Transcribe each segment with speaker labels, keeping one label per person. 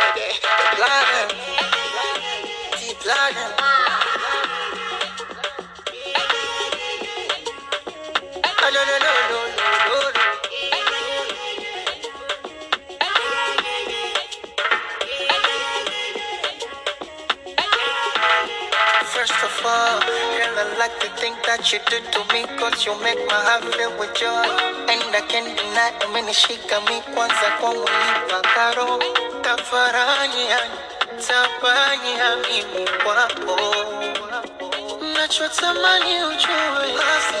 Speaker 1: Planning, keep planning. No, no, no, no, no, no, no. First of all, girl, I like the thing that you do to me, cause you make my heart feel with joy. And I can't deny, umenishika mi kwanza kwa unipa karo. Tafarani yani, tapani ya mimi kwako. Nachotamani ujue, basi za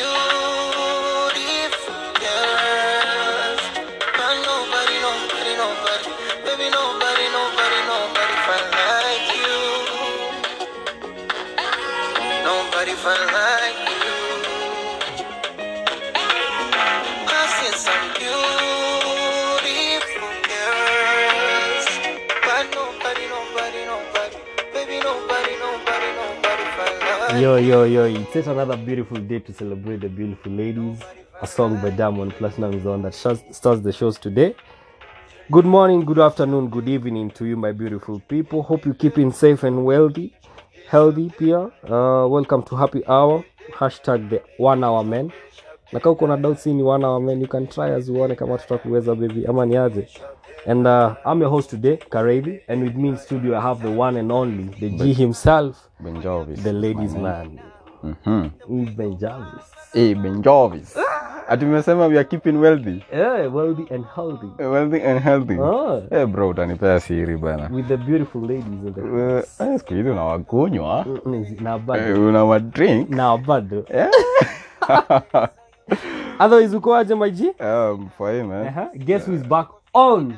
Speaker 1: beautiful girls. But nobody, nobody, nobody, baby, nobody, nobody, nobody find like you. Nobody felt like you. I seen some beautiful girls, but nobody, nobody, nobody, baby, nobody, nobody, nobody felt like
Speaker 2: Yo,
Speaker 1: you.
Speaker 2: yo, yo, it's yet another beautiful day to celebrate the beautiful ladies.
Speaker 1: Nobody
Speaker 2: A
Speaker 1: felt
Speaker 2: song by
Speaker 1: like
Speaker 2: Diamond Platinum is the one that shas- starts the shows today. Good morning, good afternoon, good evening to you, my beautiful people. Hope you keeping safe and wealthy, healthy pia. Uh, welcome to Happy Hour, hashtag the one hour man. Na kama uko na doubts hii ni one hour man, you can try as uone kama tutakuweza baby, ama ni aje. And uh, I'm your host today, Karevi, and with me in studio I have the one and only, the G
Speaker 3: Ben,
Speaker 2: himself,
Speaker 3: ben Jovis,
Speaker 2: the
Speaker 3: my
Speaker 2: ladies
Speaker 3: man.
Speaker 2: man.
Speaker 3: Mm-hmm.
Speaker 2: Even Jarvis.
Speaker 3: Hey, Eh, ben Jovis. Ati umesema we are keeping wealthy.
Speaker 2: Yeah, Eh, wealthy and healthy.
Speaker 3: Eh, Wealthy and healthy.
Speaker 2: Oh,
Speaker 3: Eh bro, utanipea siri bana.
Speaker 2: with the beautiful ladies in the
Speaker 3: Eh,
Speaker 2: house.
Speaker 3: eh, Siku hizi unawakunywa
Speaker 2: Mm, Na
Speaker 3: Uh, eh,
Speaker 2: bado.
Speaker 3: unawadrink.
Speaker 2: Na bado.
Speaker 3: Eh?
Speaker 2: Otherwise ukoaje my G?
Speaker 3: Um, fine man.
Speaker 2: Uh-huh. Guess who's back on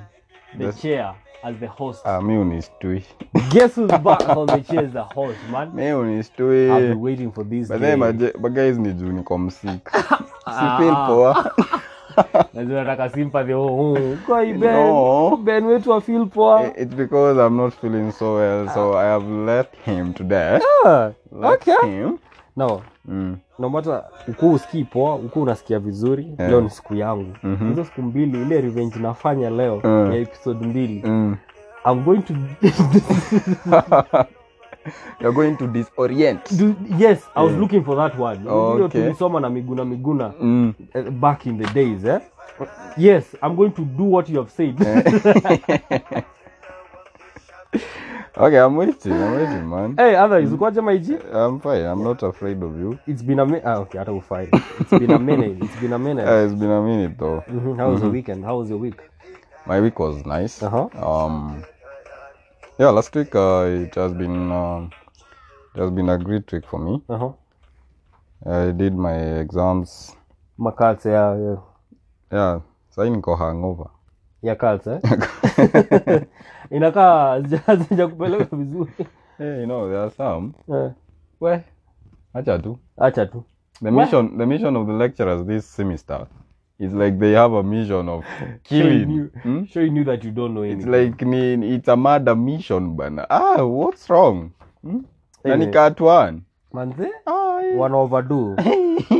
Speaker 2: the
Speaker 3: That's-
Speaker 2: chair as the host?
Speaker 3: Ah, mi unistui.
Speaker 2: Guess who's back on the chair as the host, man?
Speaker 3: Mi
Speaker 2: I've been
Speaker 3: unistui.
Speaker 2: waiting for this
Speaker 3: But then Eh. my
Speaker 2: day.
Speaker 3: je- but guys ni juu niko msick. Si feel
Speaker 2: Ah,
Speaker 3: poa.
Speaker 2: lazima nataka sympathy. Oh, oh, kwa hii Ben.
Speaker 3: No.
Speaker 2: Ben wetu wa feel
Speaker 3: Eh,
Speaker 2: poa.
Speaker 3: It's because I'm not feeling so well, so I have left him today.
Speaker 2: Ah,
Speaker 3: Left
Speaker 2: okay.
Speaker 3: him.
Speaker 2: Now,
Speaker 3: Mm.
Speaker 2: nomata ukuu usikii poa ukuu unasikia vizuri leo
Speaker 3: Yeah.
Speaker 2: ni siku yangu
Speaker 3: Mhm.
Speaker 2: hizo siku mbili ile revenge nafanya leo ya
Speaker 3: Mm.
Speaker 2: episode mbili
Speaker 3: Mm.
Speaker 2: I'm going to
Speaker 3: You're going to disorient.
Speaker 2: do, yes I was
Speaker 3: Yeah.
Speaker 2: looking for that word hiyo
Speaker 3: Okay.
Speaker 2: tulisoma na miguna miguna
Speaker 3: Mm.
Speaker 2: eh, back in the days eh? yes I'm going to do what you have said
Speaker 3: Okay, I'm waiting. I'm waiting, man.
Speaker 2: hey other isukwaje maiji
Speaker 3: I'm fine. I'm not afraid of you.
Speaker 2: it's been a mi- ah, okay hata ufai it's been a minute it's been a minute
Speaker 3: Uh, it's been a minute though.
Speaker 2: mm-hmm. how was your weekend how was your week
Speaker 3: My week was nice.
Speaker 2: uh-huh
Speaker 3: Um, yeah, last week uh, it has been um, it has been a great week for me.
Speaker 2: uh-huh
Speaker 3: I did my exams.
Speaker 2: makatse ya ya,
Speaker 3: Yeah, sai niko hangover.
Speaker 2: ya katse eh? inakaa zija kupeleka vizuri
Speaker 3: Hey, you know there are some.
Speaker 2: Eh,
Speaker 3: Well, acha tu.
Speaker 2: acha tu
Speaker 3: The
Speaker 2: We-
Speaker 3: mission, the mission of the lecturers this semester is like they have a mission of
Speaker 2: showing
Speaker 3: killing.
Speaker 2: you
Speaker 3: Hmm?
Speaker 2: showing you that you don't know
Speaker 3: It's
Speaker 2: anything
Speaker 3: like ni, it's a murder mission bana. Ah, what's wrong? Hmm? Na ni
Speaker 2: anyway
Speaker 3: cut one.
Speaker 2: manze
Speaker 3: Ah, eh.
Speaker 2: wana overdo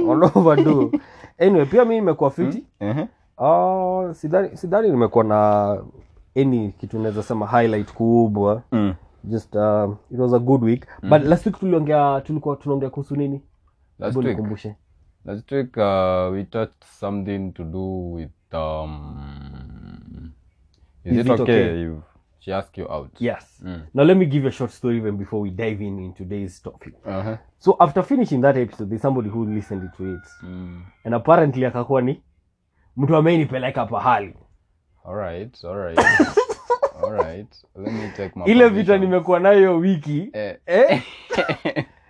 Speaker 2: wana overdo anyway pia mi nimekuwa fiti
Speaker 3: Eh,
Speaker 2: Ah, sidhani sidhani nimekuwa na any kitu naweza sema highlight kubwa
Speaker 3: Mm.
Speaker 2: just um, it was a good week but last week tuliongea tulikuwa tunaongea kuhusu nini
Speaker 3: Last
Speaker 2: hebu
Speaker 3: week,
Speaker 2: nikumbushe
Speaker 3: last week uh, we touched something to do with um. Is
Speaker 2: Is
Speaker 3: it
Speaker 2: it okay?
Speaker 3: okay if she asks you out?
Speaker 2: yes
Speaker 3: Mm.
Speaker 2: now let me give you a short story even before we dive in into today's topic
Speaker 3: Uh huh.
Speaker 2: so after finishing that episode there's somebody who listened to it
Speaker 3: Mm.
Speaker 2: and apparently akakuwa ni mtu amenipeleka pahali
Speaker 3: All right. All right. all right. Let me take my
Speaker 2: ile vita
Speaker 3: permission.
Speaker 2: nimekuwa nayo hiyo wiki
Speaker 3: Eh.
Speaker 2: eh?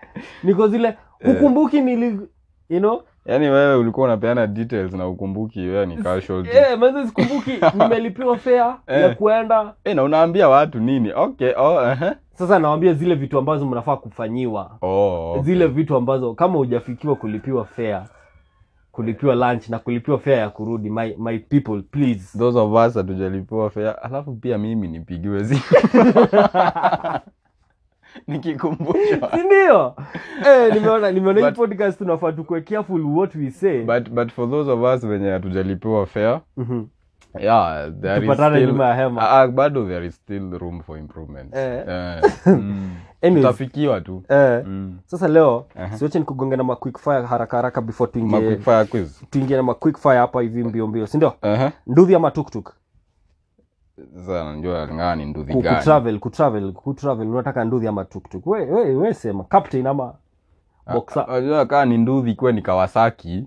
Speaker 2: niko zile hukumbuki nili you know
Speaker 3: yaani wewe ulikuwa unapeana details na ukumbuki wewe ni casualty
Speaker 2: eh, manze sikumbuki nimelipiwa fea ya
Speaker 3: Eh.
Speaker 2: kuenda
Speaker 3: eh, na unaambia watu nini okay oh, uh-huh.
Speaker 2: sasa nawambia zile vitu ambazo mnafaa kufanyiwa
Speaker 3: oh, okay.
Speaker 2: zile vitu ambazo kama hujafikiwa kulipiwa fea kulipiwa lunch na kulipiwa fare ya kurudi my, my people please
Speaker 3: those of us hatujalipiwa fea alafu pia mimi nipigiwe zi nikikumbushwa
Speaker 2: sindio eh, nimeona nimeona hii
Speaker 3: But-
Speaker 2: podcast tunafaa tukue careful what we say
Speaker 3: but, but for those of us wenye hatujalipiwa fea
Speaker 2: Mhm.
Speaker 3: yeah, there is
Speaker 2: Tupatane
Speaker 3: still,
Speaker 2: nyuma ya hema.
Speaker 3: Ah, ah, bado there is still room for improvement
Speaker 2: Eh. Hmm.
Speaker 3: Eh, mm.
Speaker 2: Anyways,
Speaker 3: tutafikiwa tu
Speaker 2: eh,
Speaker 3: Mm.
Speaker 2: sasa leo
Speaker 3: Aha.
Speaker 2: siwache nikugonge na maquick fire haraka haraka before
Speaker 3: Ma
Speaker 2: tuingie
Speaker 3: quick fire quiz
Speaker 2: tuingie na maquick fire hapa hivi mbio mbio sindio
Speaker 3: Aha.
Speaker 2: nduvi ama tuktuk
Speaker 3: sasa najua lingana ni nduthi
Speaker 2: Ku-
Speaker 3: gani
Speaker 2: kutravel kutravel kutravel unataka nduthi ama tuktuk we, we, we sema captain ama
Speaker 3: Ah,
Speaker 2: boxer.
Speaker 3: ah, unajua kaa ni nduthi kuwe ni kawasaki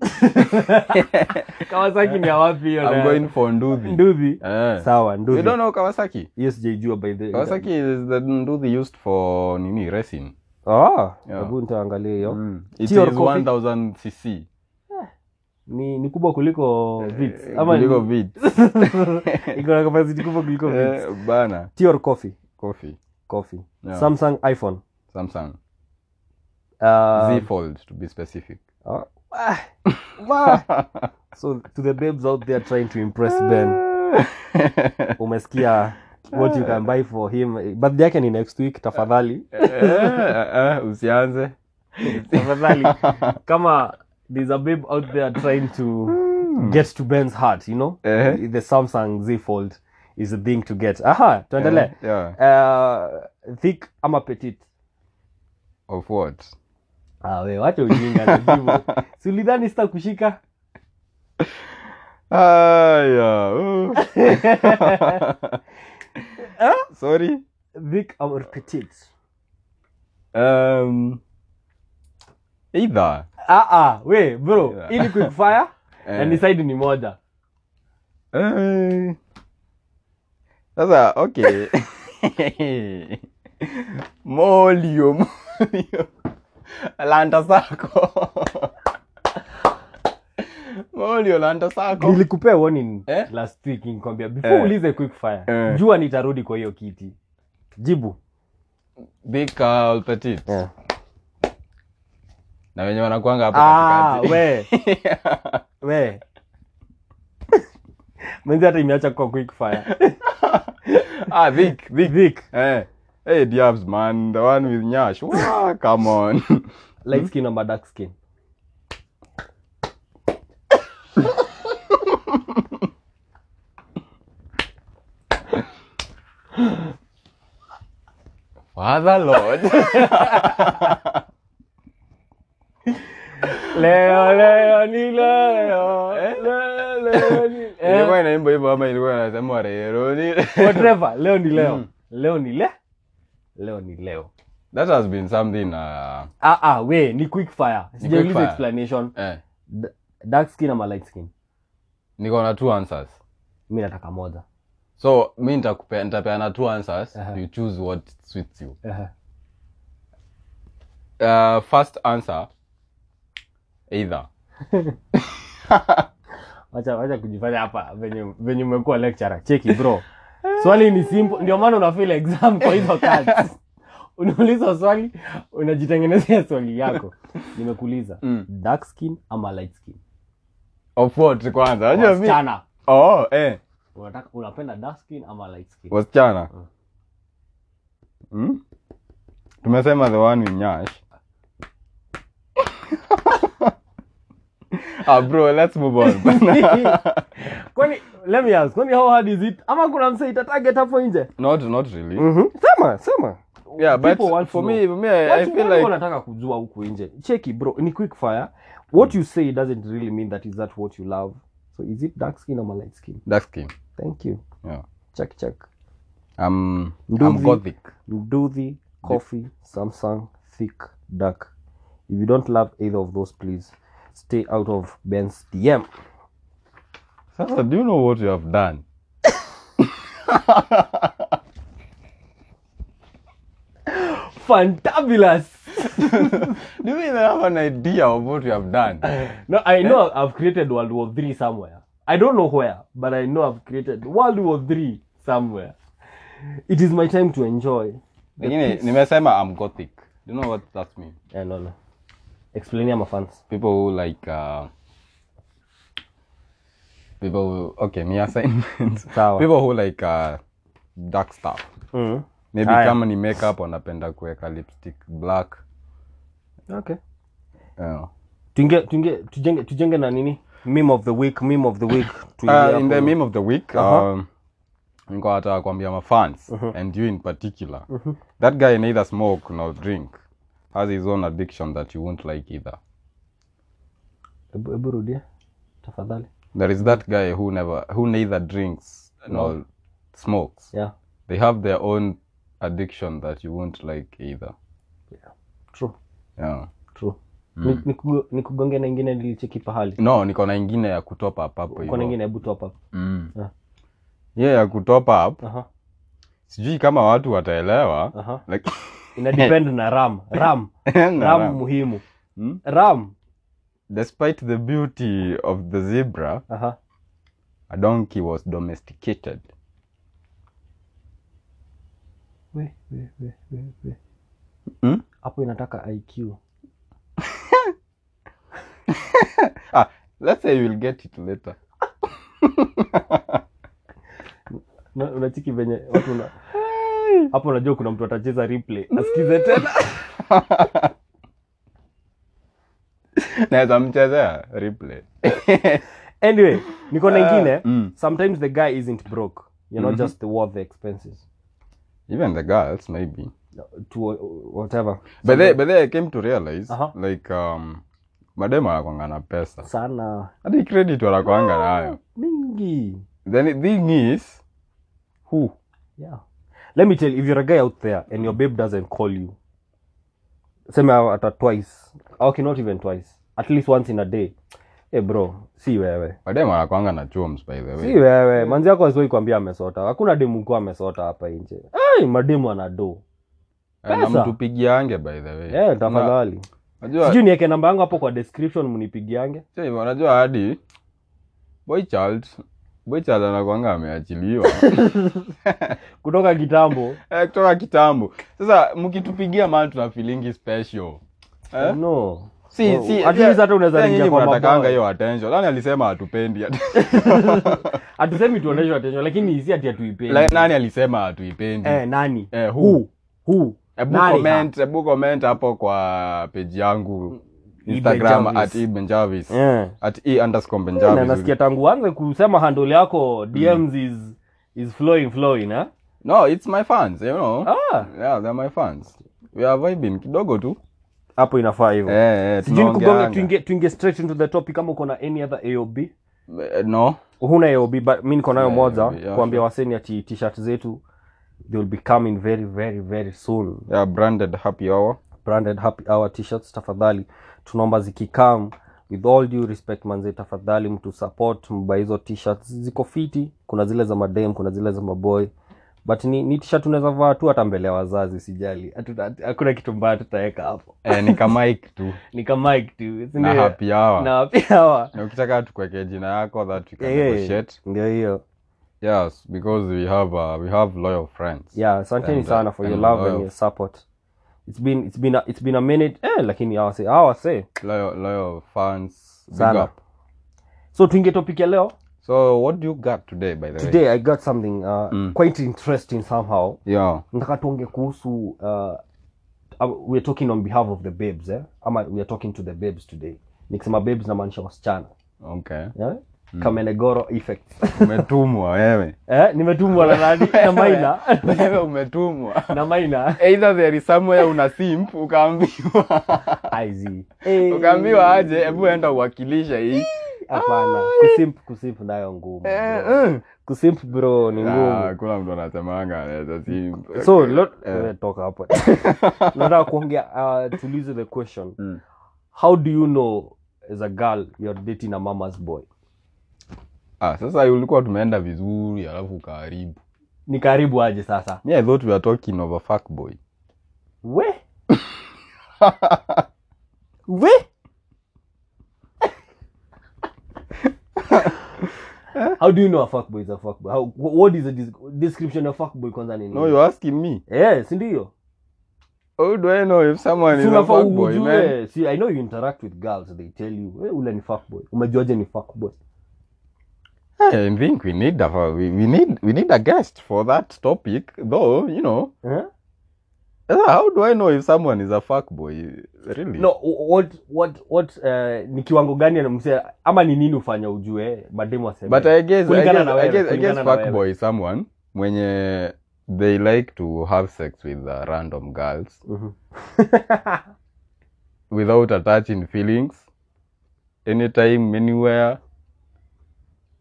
Speaker 2: kawasaki ni awapi
Speaker 3: uh, I'm going for nduthi
Speaker 2: nduthi
Speaker 3: Eh.
Speaker 2: sawa
Speaker 3: you
Speaker 2: nduthi
Speaker 3: don't know kawasaki
Speaker 2: hiyo sijaijua by the
Speaker 3: kawasaki is the nduthi used for nini racing
Speaker 2: ah
Speaker 3: Yeah.
Speaker 2: hebu nitaangalia hiyo
Speaker 3: Mm. It
Speaker 2: Tea or
Speaker 3: is
Speaker 2: coffee?
Speaker 3: 1000 cc
Speaker 2: ni ni kubwa kuliko vits ama
Speaker 3: Eh, kuliko
Speaker 2: ni-
Speaker 3: vit
Speaker 2: iko na capacity kubwa kuliko vits
Speaker 3: Eh, bana
Speaker 2: tea or coffee
Speaker 3: coffee
Speaker 2: coffee
Speaker 3: Yeah.
Speaker 2: samsung iphone
Speaker 3: samsung
Speaker 2: uh,
Speaker 3: z fold to be specific
Speaker 2: ah, ah, wah. so to the babes out there trying to impress ben umesikia what you can buy for him birthday yake ni next week tafadhali
Speaker 3: Eh, eh, usianze
Speaker 2: tafadhali kama there's a babe out there trying to get to ben's heart you know
Speaker 3: Hmm. Eh.
Speaker 2: the samsung z fold is a thing to get aha tuendelee
Speaker 3: Eh, yeah.
Speaker 2: uh, thick ama petit
Speaker 3: of what
Speaker 2: ah, we wacha ujinga najibu si ulidhani sitakushika
Speaker 3: Aya, uh. sorry
Speaker 2: thick ama petit
Speaker 3: um, either
Speaker 2: ah, ah, we bro
Speaker 3: Yeah.
Speaker 2: ili quick fire
Speaker 3: Eh.
Speaker 2: na decide ni moja
Speaker 3: Eh. sasa okay molio molio lanta sako molio lanta sako
Speaker 2: nilikupea warning
Speaker 3: Oh. Eh?
Speaker 2: last week nikwambia before
Speaker 3: Eh.
Speaker 2: ulize quick fire
Speaker 3: Eh.
Speaker 2: jua nitarudi kwa hiyo kiti jibu
Speaker 3: bika petit
Speaker 2: Yeah.
Speaker 3: na wenye wanakwanga hapo
Speaker 2: ah,
Speaker 3: katikati.
Speaker 2: we we mwenzi hata imeacha kwa quick fire
Speaker 3: ah thick thick
Speaker 2: thick
Speaker 3: eh hey diabs man the one with nyash Wah, come on Hmm?
Speaker 2: light skin ama dark skin
Speaker 3: father lord
Speaker 2: Eh. leo leo ni leo
Speaker 3: Eh?
Speaker 2: leo leo ni eh.
Speaker 3: ilikuwa inaimba hivyo ama ilikuwa inasema rero ni
Speaker 2: whatever leo ni leo
Speaker 3: Mm.
Speaker 2: leo ni le leo ni leo
Speaker 3: that has been something uh,
Speaker 2: ah, ah, we ni quick fire
Speaker 3: quick
Speaker 2: sijauliza
Speaker 3: fire.
Speaker 2: explanation
Speaker 3: eh
Speaker 2: D- dark skin ama light skin
Speaker 3: niko na two answers
Speaker 2: mi nataka moja
Speaker 3: so mi nitakupea- nitapeana two answers
Speaker 2: Aha.
Speaker 3: you choose what suits you
Speaker 2: Ehe.
Speaker 3: uh, first answer either
Speaker 2: wacha wacha kujifanya hapa venye venye umekuwa lecturer cheki bro swali ni simple ndio maana unafeel exam kwa hizo cards unaulizwa swali unajitengenezea swali yako nimekuuliza
Speaker 3: Mm.
Speaker 2: dark skin ama light skin
Speaker 3: of what kwanza unajua mi
Speaker 2: wasichana
Speaker 3: oh eh
Speaker 2: unataka unapenda dark skin ama light skin
Speaker 3: wasichana hmm? tumesema the one with nyash ah bro let's move on
Speaker 2: kwani let me ask kwani how hard is it ama kuna mse itatarget hapo nje
Speaker 3: not not really
Speaker 2: sema sema
Speaker 3: yeah but
Speaker 2: Mm. Mm-hmm. People want to
Speaker 3: for
Speaker 2: know.
Speaker 3: me for me I, I feel like
Speaker 2: nataka kujua huku nje cheki bro ni quick fire
Speaker 3: Mm.
Speaker 2: what you say doesn't really mean that is that what you love so is it dark skin ama light skin
Speaker 3: dark skin
Speaker 2: thank you
Speaker 3: yeah
Speaker 2: check check
Speaker 3: i'm i'm
Speaker 2: Nduthi.
Speaker 3: gothic
Speaker 2: mduthi coffee samsung thick dark if you don't love either of those please stay out of bens dm
Speaker 3: Sasa, do you know what you have done?
Speaker 2: fantabulous
Speaker 3: Do you even have an idea of what you have done?
Speaker 2: No, I know I've created World War Three somewhere. I don't know where, but I know I've created World War Three somewhere. It is my time to enjoy.
Speaker 3: Lakini nimesema I'm gothic. Do you know what that means?
Speaker 2: Yeah, no, no. Explain ya mafans.
Speaker 3: People who like uh, people who okay ni assignments
Speaker 2: Sawa.
Speaker 3: people who like uh, dark stuff
Speaker 2: Mm.
Speaker 3: maybe
Speaker 2: Haya.
Speaker 3: kama ni makeup wanapenda kuweka lipstick black
Speaker 2: Okay.
Speaker 3: yeah.
Speaker 2: Tuingie tuingie tujenge tujenge na nini? Meme of the week, meme of the week. Tuingie
Speaker 3: uh, in the
Speaker 2: hapo.
Speaker 3: meme of the week
Speaker 2: Uh-huh.
Speaker 3: um, niko hata kuambia mafans and you in particular
Speaker 2: Uh-huh.
Speaker 3: that guy neither smoke nor drink has his own addiction that you won't like either
Speaker 2: Hebu hebu rudia. Tafadhali.
Speaker 3: there is that guy who never who neither drinks
Speaker 2: Uh-huh.
Speaker 3: nor smokes
Speaker 2: Yeah.
Speaker 3: they have their own addiction that you won't like either
Speaker 2: True.
Speaker 3: yeah.
Speaker 2: True.
Speaker 3: Mm.
Speaker 2: Ni- nikugo- Nikugonge na ingine nilicheki pahali.
Speaker 3: no niko na ingine ya kutopa up hapo
Speaker 2: Kuna
Speaker 3: hivyo
Speaker 2: ingine Ah. hebu top up.
Speaker 3: mm.
Speaker 2: Yeah.
Speaker 3: yeah ya kutopa up
Speaker 2: Aha.
Speaker 3: sijui kama watu wataelewa
Speaker 2: Aha.
Speaker 3: like,
Speaker 2: Ina depend na ram. Ram.
Speaker 3: na-
Speaker 2: Ram muhimu.
Speaker 3: Hmm?
Speaker 2: Ram.
Speaker 3: despite the beauty of the zebra
Speaker 2: Aha.
Speaker 3: a donkey was domesticated
Speaker 2: We we we we we.
Speaker 3: Mm?
Speaker 2: Hapo inataka IQ.
Speaker 3: ah, let's say you'll get it later
Speaker 2: Na- unachiki venye watu una hapo unajua kuna mtu atacheza replay asikize tena
Speaker 3: naweza mchezea replay
Speaker 2: anyway niko na ingine
Speaker 3: mm.
Speaker 2: sometimes the guy isn't broke you know just the worth the expenses
Speaker 3: even the girls maybe
Speaker 2: to whatever
Speaker 3: but they, but they I came to realize
Speaker 2: Aha.
Speaker 3: like um mademu anakwanga na pesa
Speaker 2: sana
Speaker 3: hadi credit wanakwanga nayo
Speaker 2: mingi
Speaker 3: then the thing is who
Speaker 2: yeah let me tell you if you're a guy out there and your babe doesn't call you seme ata twice okay not even twice at least once in a day hey bro si wewe
Speaker 3: mademu anakwanga na chums by the way
Speaker 2: si wewe manzi yako asiwai kuambia amesota hakuna demu kuwa amesota hapa nje hey, mademu anado
Speaker 3: Eh,
Speaker 2: Pesa.
Speaker 3: namtupigiange by the way
Speaker 2: Eh, tafadhali
Speaker 3: Na- najua-
Speaker 2: sijui nieke namba yangu hapo kwa description mnipigiange
Speaker 3: sio hivyo, unajua hadi boy child boy child anakuanga ameachiliwa
Speaker 2: kutoka kitambo
Speaker 3: Eh, kutoka kitambo sasa mkitupigia maana tuna feelingi special Eh?
Speaker 2: no
Speaker 3: si,
Speaker 2: Oh,
Speaker 3: si,
Speaker 2: at least hata unaweza
Speaker 3: yani
Speaker 2: ringia
Speaker 3: nyinyi
Speaker 2: kwa
Speaker 3: mnatakanga
Speaker 2: maboy.
Speaker 3: hiyo attention nani alisema hatupendi
Speaker 2: hatusemi tuoneshwa atensho lakini isi ati hatuipendi
Speaker 3: Like, nani alisema hatuipendi
Speaker 2: eh, nani
Speaker 3: Eh, who?
Speaker 2: Who? Who?
Speaker 3: Ebu
Speaker 2: Nani?
Speaker 3: comment- ebu comment hapo kwa peji yangu instagram
Speaker 2: Benjavis.
Speaker 3: at ebenjavis
Speaker 2: Eh.
Speaker 3: at e underscore
Speaker 2: Na
Speaker 3: benjavis
Speaker 2: nasikia tangu anze kusema handle
Speaker 3: Mm.
Speaker 2: yako dms is, is flowing flowing eh?
Speaker 3: no it's my fans you know
Speaker 2: ah
Speaker 3: yeah they're my fans we are vibing kidogo tu
Speaker 2: hapo inafaa hivyo
Speaker 3: eh, eh,
Speaker 2: Oh. sijui nikugonge
Speaker 3: tunaongeanga.
Speaker 2: tuingie tuinge straight into the topic kama uko na any other aob
Speaker 3: Eh, no
Speaker 2: huna aob but mi niko nayo
Speaker 3: Yeah,
Speaker 2: moja
Speaker 3: AOB, yeah,
Speaker 2: kuambia waseni ati t-shirt zetu they will be coming very very very soon
Speaker 3: yeah, branded happy hour
Speaker 2: branded happy hour t-shirts tafadhali tunaomba zikikam with all due respect manze tafadhali mtu support mba hizo t-shirts ziko fiti kuna zile za madem kuna zile za maboy but ni, ni t-shirt unaweza vaa tu hata mbele ya wazazi usijali Hatuna- hakuna kitu mbaya tutaweka hapo
Speaker 3: eh, ni kamaik tu
Speaker 2: ni kama mic tu si
Speaker 3: na
Speaker 2: ndio?
Speaker 3: happy hour
Speaker 2: na happy hour
Speaker 3: na ukitaka tukuwekee jina yako that we can
Speaker 2: Eh, eh.
Speaker 3: negotiate
Speaker 2: ndio hiyo
Speaker 3: yes because we have uh, we have loyal friends
Speaker 2: yeah asanteni
Speaker 3: And, uh,
Speaker 2: sana for your
Speaker 3: and
Speaker 2: love and
Speaker 3: love.
Speaker 2: your support it's been it's been a, it's been a minute eh, lakini awase awase
Speaker 3: loyal, loyal fans big
Speaker 2: Sana.
Speaker 3: up
Speaker 2: so tuinge topic ya leo
Speaker 3: so what do you got today by the way
Speaker 2: today i got something uh,
Speaker 3: Mm.
Speaker 2: quite interesting somehow
Speaker 3: yeah
Speaker 2: nataka tuonge kuhusu uh, uh, weare talking on behalf of the babes eh? ama weare talking to the babes today nikisema babes namaanisha wasichana eh?
Speaker 3: okay
Speaker 2: yeah?
Speaker 3: Mm.
Speaker 2: kamenegoro effect
Speaker 3: umetumwa wewe
Speaker 2: eh, nimetumwa na nani na maina
Speaker 3: wewe umetumwa
Speaker 2: na maina
Speaker 3: either there is somewhere una simp ukaambiwa
Speaker 2: Aizi. Eh,
Speaker 3: ukaambiwa aje hebu enda uwakilishe hii
Speaker 2: hapana kusimp kusimp nayo ngumu
Speaker 3: Eh,
Speaker 2: bro.
Speaker 3: eh.
Speaker 2: kusimp bro ni ngumu
Speaker 3: Ah, kuna mtu anasemanga anaweza simp
Speaker 2: so lot
Speaker 3: Eh.
Speaker 2: eh, toka hapo nataka kuongea uh, tulize the question
Speaker 3: Mm.
Speaker 2: how do you know as a girl you're dating a mama's boy
Speaker 3: ah, sasa ulikuwa tumeenda vizuri alafu ukaharibu
Speaker 2: ni karibu aje sasa
Speaker 3: me i thought we were talking of a fuck boy
Speaker 2: we we how do you know a fuckboy is a fuckboy how, wh- what is the dis- description of fuckboy kwanza ni nini
Speaker 3: no you asking me
Speaker 2: yes ndio
Speaker 3: how Oh, do i know if someone is
Speaker 2: Si
Speaker 3: a
Speaker 2: unafaa
Speaker 3: fuck boy man
Speaker 2: ujue. See, i know you interact with girls they tell you "Eh, ule ni fuckboy umejuaje ni fuckboy
Speaker 3: I think we need a we, we need we need a guest for that topic, though. You know,
Speaker 2: Huh?
Speaker 3: Uh, how do I know if someone is a fuck boy? Really?
Speaker 2: no wh- what what what uh, ni kiwango gani anamsea ama ni nini ufanya ujue eh? mademu aseme
Speaker 3: But I guess I
Speaker 2: Kulingana
Speaker 3: guess,
Speaker 2: na
Speaker 3: I
Speaker 2: wewe,
Speaker 3: guess, I guess
Speaker 2: kulingana na
Speaker 3: fuck
Speaker 2: wewe.
Speaker 3: boy is someone mwenye they like to have sex with uh, random girls
Speaker 2: Mhm.
Speaker 3: without attaching feelings anytime anywhere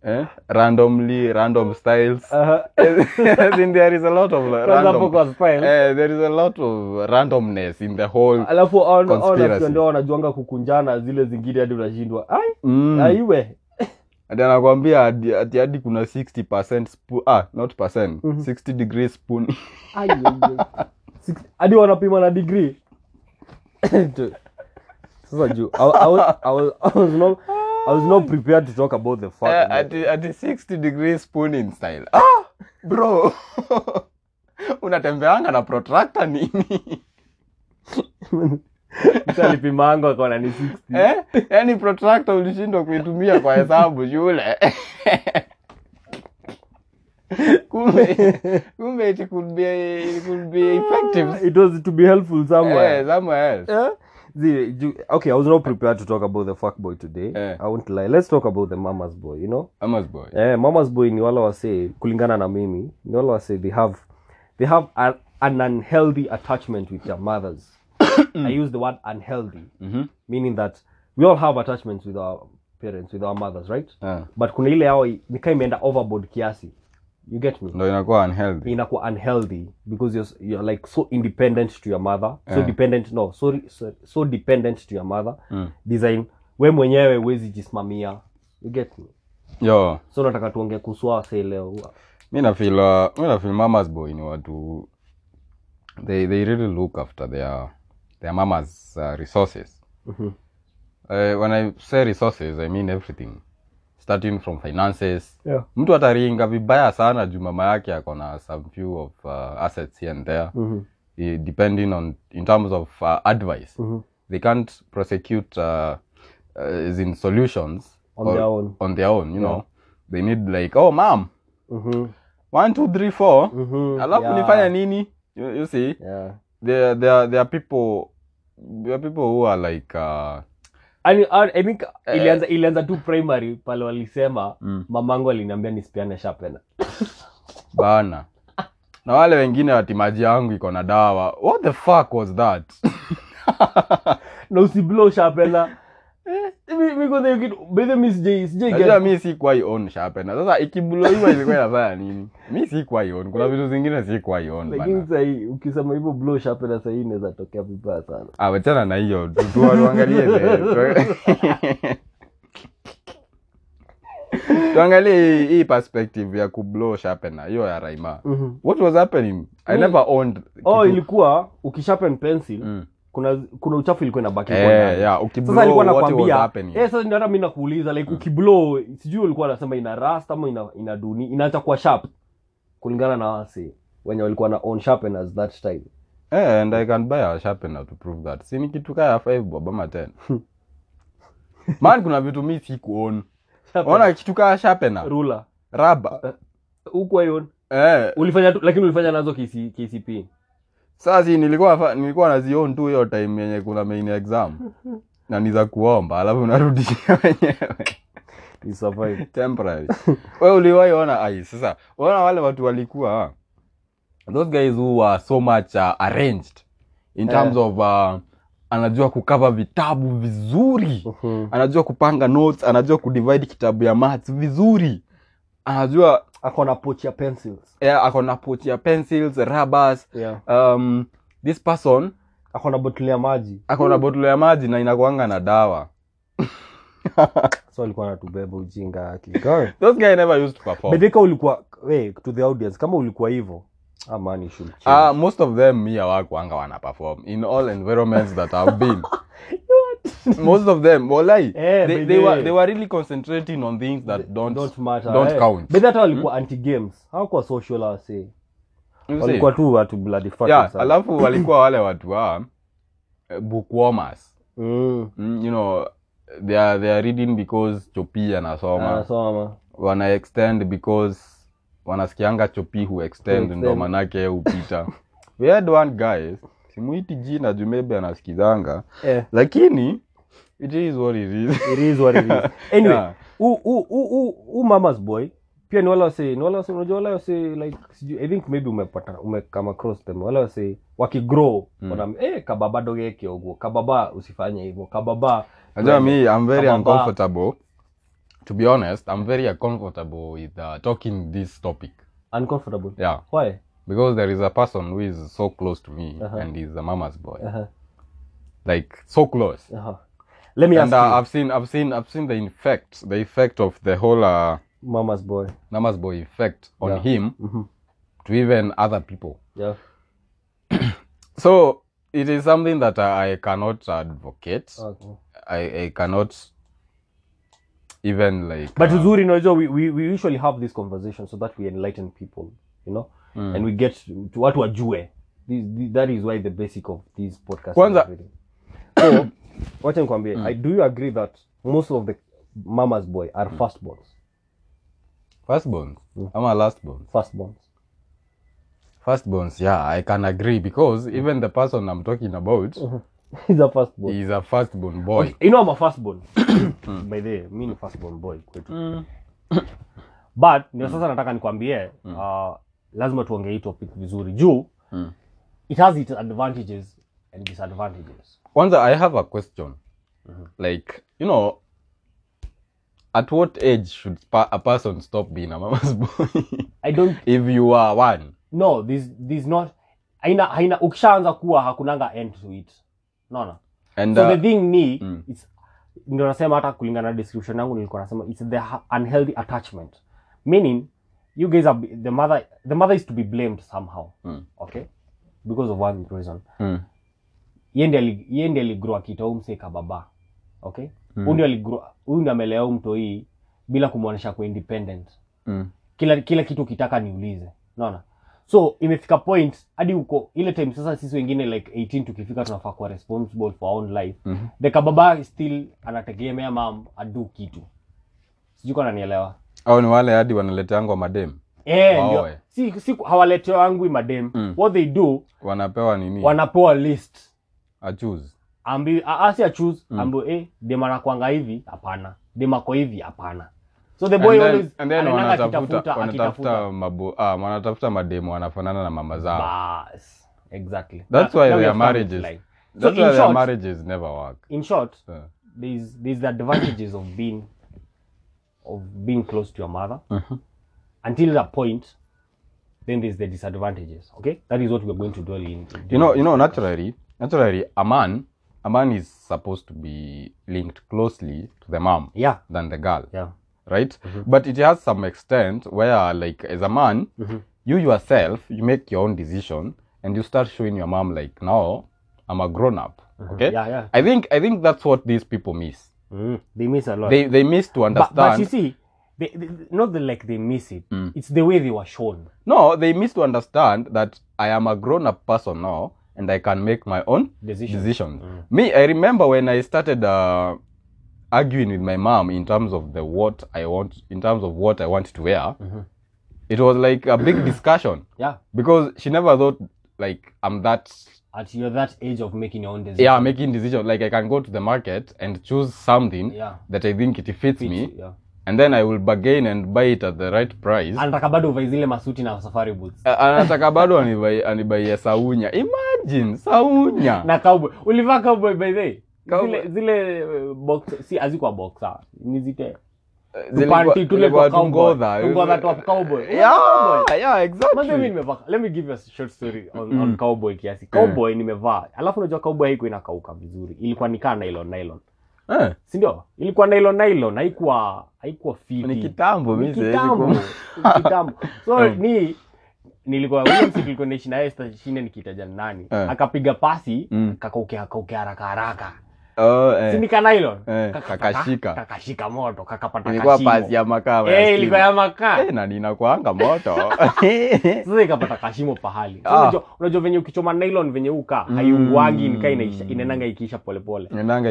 Speaker 3: eh? randomly random styles
Speaker 2: Aha.
Speaker 3: As in there is a lot of uh,
Speaker 2: Uh, Kwanza hapo
Speaker 3: random
Speaker 2: kwa spell.
Speaker 3: Eh, there is a lot of randomness in the whole
Speaker 2: alafu hao- hao
Speaker 3: Conspiracy.
Speaker 2: nasikia ndio wanajuanga kukunjana zile zingine hadi unashindwa ai
Speaker 3: Mm.
Speaker 2: aiwe
Speaker 3: Ati anakwambia hadi hadi- hadi kuna 60 spoon ah not percent 60 degree spoon
Speaker 2: Ai, ai, ai. Six- hadi wanapima na degree Tu- sasa juu I, I, was, I, was, I, was not, I was not prepared to talk about the fact
Speaker 3: Eh,
Speaker 2: that-
Speaker 3: ati ati 60 degree spoon in style ah bro unatembeanga na protractor nini
Speaker 2: Mtu alipimanga akaona ni 60
Speaker 3: eh yani protractor ulishindwa kuitumia kwa hesabu shule kumbe kumbe it could be it could be effective
Speaker 2: it was to be helpful somewhere
Speaker 3: Ah. eh somewhere else
Speaker 2: Eh? The, ju- okay, I was not prepared to talk about the fuck boy today.
Speaker 3: Eh.
Speaker 2: I won't lie. Let's talk about the mama's boy, you know?
Speaker 3: Amas boy
Speaker 2: Eh, mama's boy ni wala wase kulingana na mimi. Ni wala wase they have they have a, an unhealthy attachment with their mothers. I use the word unhealthy, meaning that we all have attachments with our parents, with our mothers, right?
Speaker 3: Ah.
Speaker 2: But kuna ile yao nikaa imeenda overboard kiasi. You get me?
Speaker 3: ndo inakuwa unhealthy
Speaker 2: inakuwa unhealthy because you're, you're like so independent to your mother so dependent no sorry so, so dependent to your mother
Speaker 3: Mm.
Speaker 2: design we mwenyewe huwezi jisimamia you get me
Speaker 3: yo
Speaker 2: so nataka tuongee kuhusu hao wasee leo
Speaker 3: mi nafil uh, mi nafil mamas boy ni watu they, they really look after their, their mamas uh, resources
Speaker 2: Mm-hmm.
Speaker 3: uh, when i say resources i mean everything starting from finances
Speaker 2: Yeah.
Speaker 3: mtu ataringa vibaya sana juu mama yake ako na some few of uh, assets here and there
Speaker 2: Mhm.
Speaker 3: eh, depending on in terms of uh, advice
Speaker 2: mm-hmm.
Speaker 3: they can't prosecute uh, uh, as in solutions
Speaker 2: On their own.
Speaker 3: on their own you know they need like oh mom
Speaker 2: Mhm.
Speaker 3: one two three four
Speaker 2: Mhm.
Speaker 3: alafu
Speaker 2: Yeah.
Speaker 3: nifanya nini you, you see
Speaker 2: Yeah.
Speaker 3: there, there, there are people there are people who are like uh,
Speaker 2: Ani- ani- I think
Speaker 3: Eh.
Speaker 2: ilianza ilianza tu primary pale walisema
Speaker 3: Mm.
Speaker 2: mamangu aliniambia nisipeane shapena
Speaker 3: bana na wale wengine ati maji yangu iko na dawa what the fuck was that
Speaker 2: na usiblow Eh, shapena bedhe mi sijai- sijai get-
Speaker 3: najua mi sikuwai on shapena sasa ikibuloiwa ilikuwa inafanya nini mi sikuwai on kuna vitu zingine sikuwai on bana
Speaker 2: lakini sahii ukisema hivyo blow shapena sahii inaweza tokea vibaya sana
Speaker 3: ah wachana na hiyo tu- tu- tuangalie the- tu- tuangalie hii- hii perspective ya kublow shapena hiyo ya raima
Speaker 2: mm-hmm.
Speaker 3: what was happening i
Speaker 2: Mm.
Speaker 3: never owned
Speaker 2: oh
Speaker 3: Mhm. kitu-
Speaker 2: ilikuwa ukishapen pencil
Speaker 3: Mm.
Speaker 2: kuna kuna uchafu ilikuwa inabaki
Speaker 3: Eh,
Speaker 2: huko ndani.
Speaker 3: yeah, ukiblow
Speaker 2: sasa alikuwa
Speaker 3: what was
Speaker 2: anakwambia
Speaker 3: happening. Mm.
Speaker 2: eh, sasa ndio hata mi nakuuliza like ukiblow sijui ulikuwa anasema ina rust ama ina, ina duni inaacha kuwa sharp kulingana na wase wenye walikuwa na on sharpeners that time
Speaker 3: Eh, and i can buy a sharpener to prove that si ni kitu kaya five bob ama ten man kuna vitu mi sikuon
Speaker 2: Sharpener,
Speaker 3: ona kitu kaya sharpener
Speaker 2: ruler
Speaker 3: raba
Speaker 2: huko hiyo
Speaker 3: eh,
Speaker 2: ulifanya tu, lakini ulifanya nazo KC, KCP
Speaker 3: saa si nilikuwa fa- nilikuwa nazion tu hiyo time yenye kuna main exam na ni za kuomba alafu narudishia wenyewe
Speaker 2: you survive
Speaker 3: temporary we uliwahi ona ai sasa ona wale watu walikuwa those guys who were so much uh, arranged in terms of uh, anajua kukava vitabu vizuri
Speaker 2: Mhm.
Speaker 3: anajua kupanga notes anajua kudivide kitabu ya maths vizuri anajua
Speaker 2: akona pochi ya pencils
Speaker 3: eh, ako na pochi ya pencils rubbers
Speaker 2: yeah.
Speaker 3: um, this person
Speaker 2: akona bottle ya maji
Speaker 3: ako na botolo ya maji na inakuanga na dawa
Speaker 2: so alikuwa anatubeba ujinga akikaa
Speaker 3: those guy never used to perform
Speaker 2: bedheka ulikuwa hey, to the audience kama ulikuwa ah, hivo amani
Speaker 3: Uh, most of them mi hawakuanga wana perform in all environments that I've been. most of them, walai,
Speaker 2: Eh,
Speaker 3: they, they,
Speaker 2: baby.
Speaker 3: were, they were really concentrating on things that don't, don't count. Hmm?
Speaker 2: bedhi eh. hata walikuwa anti games hawakuwa social awase
Speaker 3: You see?
Speaker 2: walikuwa tu watu bloody fuckers
Speaker 3: yeah,
Speaker 2: sana.
Speaker 3: alafu walikuwa wale watu wa eh, bookwormers.
Speaker 2: Mm, Ah,
Speaker 3: Mm, you know, they are, they are reading because Chopi anasoma.
Speaker 2: anasoma
Speaker 3: wana extend because wanasikianga chopi hu extend
Speaker 2: Extend.
Speaker 3: ndo manake yeye hupita we had one guy simuiti jina juu maybe anasikizanga
Speaker 2: Eh,
Speaker 3: lakini it is what it is
Speaker 2: it is what it is. Anyway,
Speaker 3: Yeah.
Speaker 2: u- u- u- u- u mama's boy pia ni wale wase ni wale wase unajua wale wase like sijui i think maybe umepata umekama across them wale wase wakigrow
Speaker 3: Mm.
Speaker 2: wana eh kababa dogeke ogwo kababa usifanye hivyo kababa
Speaker 3: Najua mi I'm very
Speaker 2: Kama ba-
Speaker 3: uncomfortable. To be honest, I'm very uncomfortable with uh, talking this topic.
Speaker 2: uncomfortable
Speaker 3: Yeah,
Speaker 2: why
Speaker 3: because there is a person who is so close to me
Speaker 2: Uh-huh.
Speaker 3: and is a mama's boy.
Speaker 2: uh-huh.
Speaker 3: Like so close.
Speaker 2: Uh-huh. let me ask
Speaker 3: And uh,
Speaker 2: you,
Speaker 3: I've seen I've seen I've seen the effect the effect of the whole uh,
Speaker 2: mama's boy
Speaker 3: mama's boy effect on
Speaker 2: Yeah.
Speaker 3: him
Speaker 2: Mhm.
Speaker 3: to even other people.
Speaker 2: yeah
Speaker 3: So it is something that I, I cannot advocate.
Speaker 2: okay.
Speaker 3: I, I cannot even like
Speaker 2: but
Speaker 3: uh,
Speaker 2: uzuri unajua we, we, we usually have this conversation so that we enlighten people you know
Speaker 3: Mm.
Speaker 2: and we get to to watu wajue This- this- that is why the basic of these podcasts
Speaker 3: Kwanza- Mm.
Speaker 2: and everything. so wacha nikwambie I- do you agree that most of the mamas boy are
Speaker 3: Mm.
Speaker 2: firstborns
Speaker 3: firstborns.
Speaker 2: Mm.
Speaker 3: I'm a lastborn.
Speaker 2: firstborns
Speaker 3: Firstborns, yeah, I can agree because
Speaker 2: Mm.
Speaker 3: even the person I'm talking about
Speaker 2: Mm-hmm. he's a firstborn
Speaker 3: is a firstborn boy.
Speaker 2: you know I'm a firstborn by the way mi ni firstborn boy kwetu but ndio sasa nataka nikwambie uh, lazima tuongee hii topic vizuri juu
Speaker 3: Mm.
Speaker 2: it has its advantages and disadvantages
Speaker 3: Kwanza, I have a question.
Speaker 2: Mm-hmm.
Speaker 3: Like, you know, at what age should pa- a person stop being a mama's boy?
Speaker 2: i don't
Speaker 3: if you are one.
Speaker 2: no this this not haina haina ukishaanza kuwa hakunanga end to it naona
Speaker 3: And
Speaker 2: so the
Speaker 3: uh,
Speaker 2: thing ni
Speaker 3: mm.
Speaker 2: it's ndio nasema hata kulingana na description yangu nilikuwa nasema it's the ha- unhealthy attachment meaning you guys are be- the mother the mother is to be blamed somehow
Speaker 3: Mm.
Speaker 2: okay because of one reason
Speaker 3: mm,
Speaker 2: Yeye ndiye ali- yeye ndiye aligrow akiita huyu msee kababa okay
Speaker 3: Mm.
Speaker 2: huyu ndiye aligrow huyu ndiye amelea huyu mto hii bila kumwonyesha kwa independent
Speaker 3: mm,
Speaker 2: kila kila kitu ukitaka niulize unaona so imefika point hadi uko ile time sasa sisi wengine like 18 tukifika tunafaa kuwa responsible for our own life
Speaker 3: Mhm.
Speaker 2: the kababa still anategemea mam adu kitu sijui kwa nanielewa
Speaker 3: au ni wale hadi wanaletangwa madem
Speaker 2: eh
Speaker 3: Waoe.
Speaker 2: ndio si, si hawaleteangwi madem
Speaker 3: Mm.
Speaker 2: what they do
Speaker 3: wanapewa nini?
Speaker 2: wanapewa list
Speaker 3: a choose.
Speaker 2: ambi asi achuse mm. ambi eh dema nakwanga hivi hapana dema kwa hivi hapana so the boy
Speaker 3: And then-
Speaker 2: always
Speaker 3: and then
Speaker 2: anaendanga
Speaker 3: wanatafuta
Speaker 2: akitafuta akitafuta
Speaker 3: wanatafuta mabo- ah, wanatafuta mademu wanafanana na mama zao.
Speaker 2: Bas. Exactly.
Speaker 3: That's
Speaker 2: That-
Speaker 3: why
Speaker 2: that we
Speaker 3: their
Speaker 2: have found it
Speaker 3: marriages-
Speaker 2: like. So
Speaker 3: That's
Speaker 2: in
Speaker 3: why their
Speaker 2: short,
Speaker 3: marriages never work.
Speaker 2: in short,
Speaker 3: So.
Speaker 2: there's there's the advantages of being of being close to your mother
Speaker 3: Mm-hmm.
Speaker 2: until that point. Then there's the disadvantages. Okay, that is what we're going to dwell in.
Speaker 3: you know you know naturally naturally a man a man is supposed to be linked closely to the mom
Speaker 2: Yeah.
Speaker 3: than the girl
Speaker 2: Yeah. Mm-hmm.
Speaker 3: right but it has some extent where like as a man
Speaker 2: Mm-hmm.
Speaker 3: you yourself you make your own decision and you start showing your mom like now i'm a grown up okay
Speaker 2: Mm-hmm. Yeah, yeah.
Speaker 3: i think i think that's what these people miss
Speaker 2: Mm. They miss a lot.
Speaker 3: they they miss to
Speaker 2: but,
Speaker 3: understand Mm.
Speaker 2: but you see, they, they, not the like they miss it. It's the way they were shown.
Speaker 3: no they miss to understand that i am a grown up person now and i can make my own
Speaker 2: Decisions. Mm.
Speaker 3: decisions. me i remember when i started uh, arguing with my mom in terms of the what i want in terms of what i want to wear
Speaker 2: Mm-hmm.
Speaker 3: it was like a big discussion
Speaker 2: Yeah.
Speaker 3: because she never thought like i'm that
Speaker 2: At you're that age of making your own decisions.
Speaker 3: yeah making decisions like i can go to the market and choose something
Speaker 2: Yeah.
Speaker 3: that i think it fits me
Speaker 2: Yeah.
Speaker 3: and then i will bargain and buy it at the right price
Speaker 2: anataka bado uvae zile masuti na safari boots
Speaker 3: A- anataka bado anibai- anibaie saunya imagine saunya
Speaker 2: na cowboy ulivaa cowboy by the way?
Speaker 3: Cowboy.
Speaker 2: zile, zile eh, box si azikuwa boxa nizite
Speaker 3: Eh, Zilikuwa-
Speaker 2: panty tule
Speaker 3: zilikuwa
Speaker 2: kwa cowboy
Speaker 3: tungodha.
Speaker 2: tungodha twa cowboy
Speaker 3: Yeah, yeah,
Speaker 2: Manze mimi
Speaker 3: exactly. Mm.
Speaker 2: nimevaa let me give you a short story on, on cowboy kiasi cowboy nimevaa alafu unajua cowboy haikuwa inakauka vizuri ilikuwa ni kaa nylon nylon
Speaker 3: Eh,
Speaker 2: si ndio ilikuwa nylon nylon haikuwa haikuwa fiti
Speaker 3: ni kitambo mi
Speaker 2: Ni
Speaker 3: siwezi
Speaker 2: kitambo
Speaker 3: kum-
Speaker 2: kitambo so ni nilikuwa huyo msi tulikuwa naishi naye stashine nikitaja ni nani
Speaker 3: Eh.
Speaker 2: akapiga pasi
Speaker 3: Mm.
Speaker 2: kakauke akauke haraka haraka
Speaker 3: Oh, eh,
Speaker 2: si nikanailon
Speaker 3: eh, kakashika.
Speaker 2: kakashika moto kakapata
Speaker 3: ilikuwa
Speaker 2: kashimo.
Speaker 3: pasi ya makaa ya
Speaker 2: Eh,
Speaker 3: stima.
Speaker 2: ilikuwa ya makaa
Speaker 3: Eh, na ninakuanga moto
Speaker 2: sasa ikapata kashimo pahali so,
Speaker 3: Ah.
Speaker 2: unajua, unajua venye ukichoma nylon venye uka haiunguangi nikaa
Speaker 3: Mm.
Speaker 2: inaisha- inaenanga ikiisha Eh, polepole
Speaker 3: nanga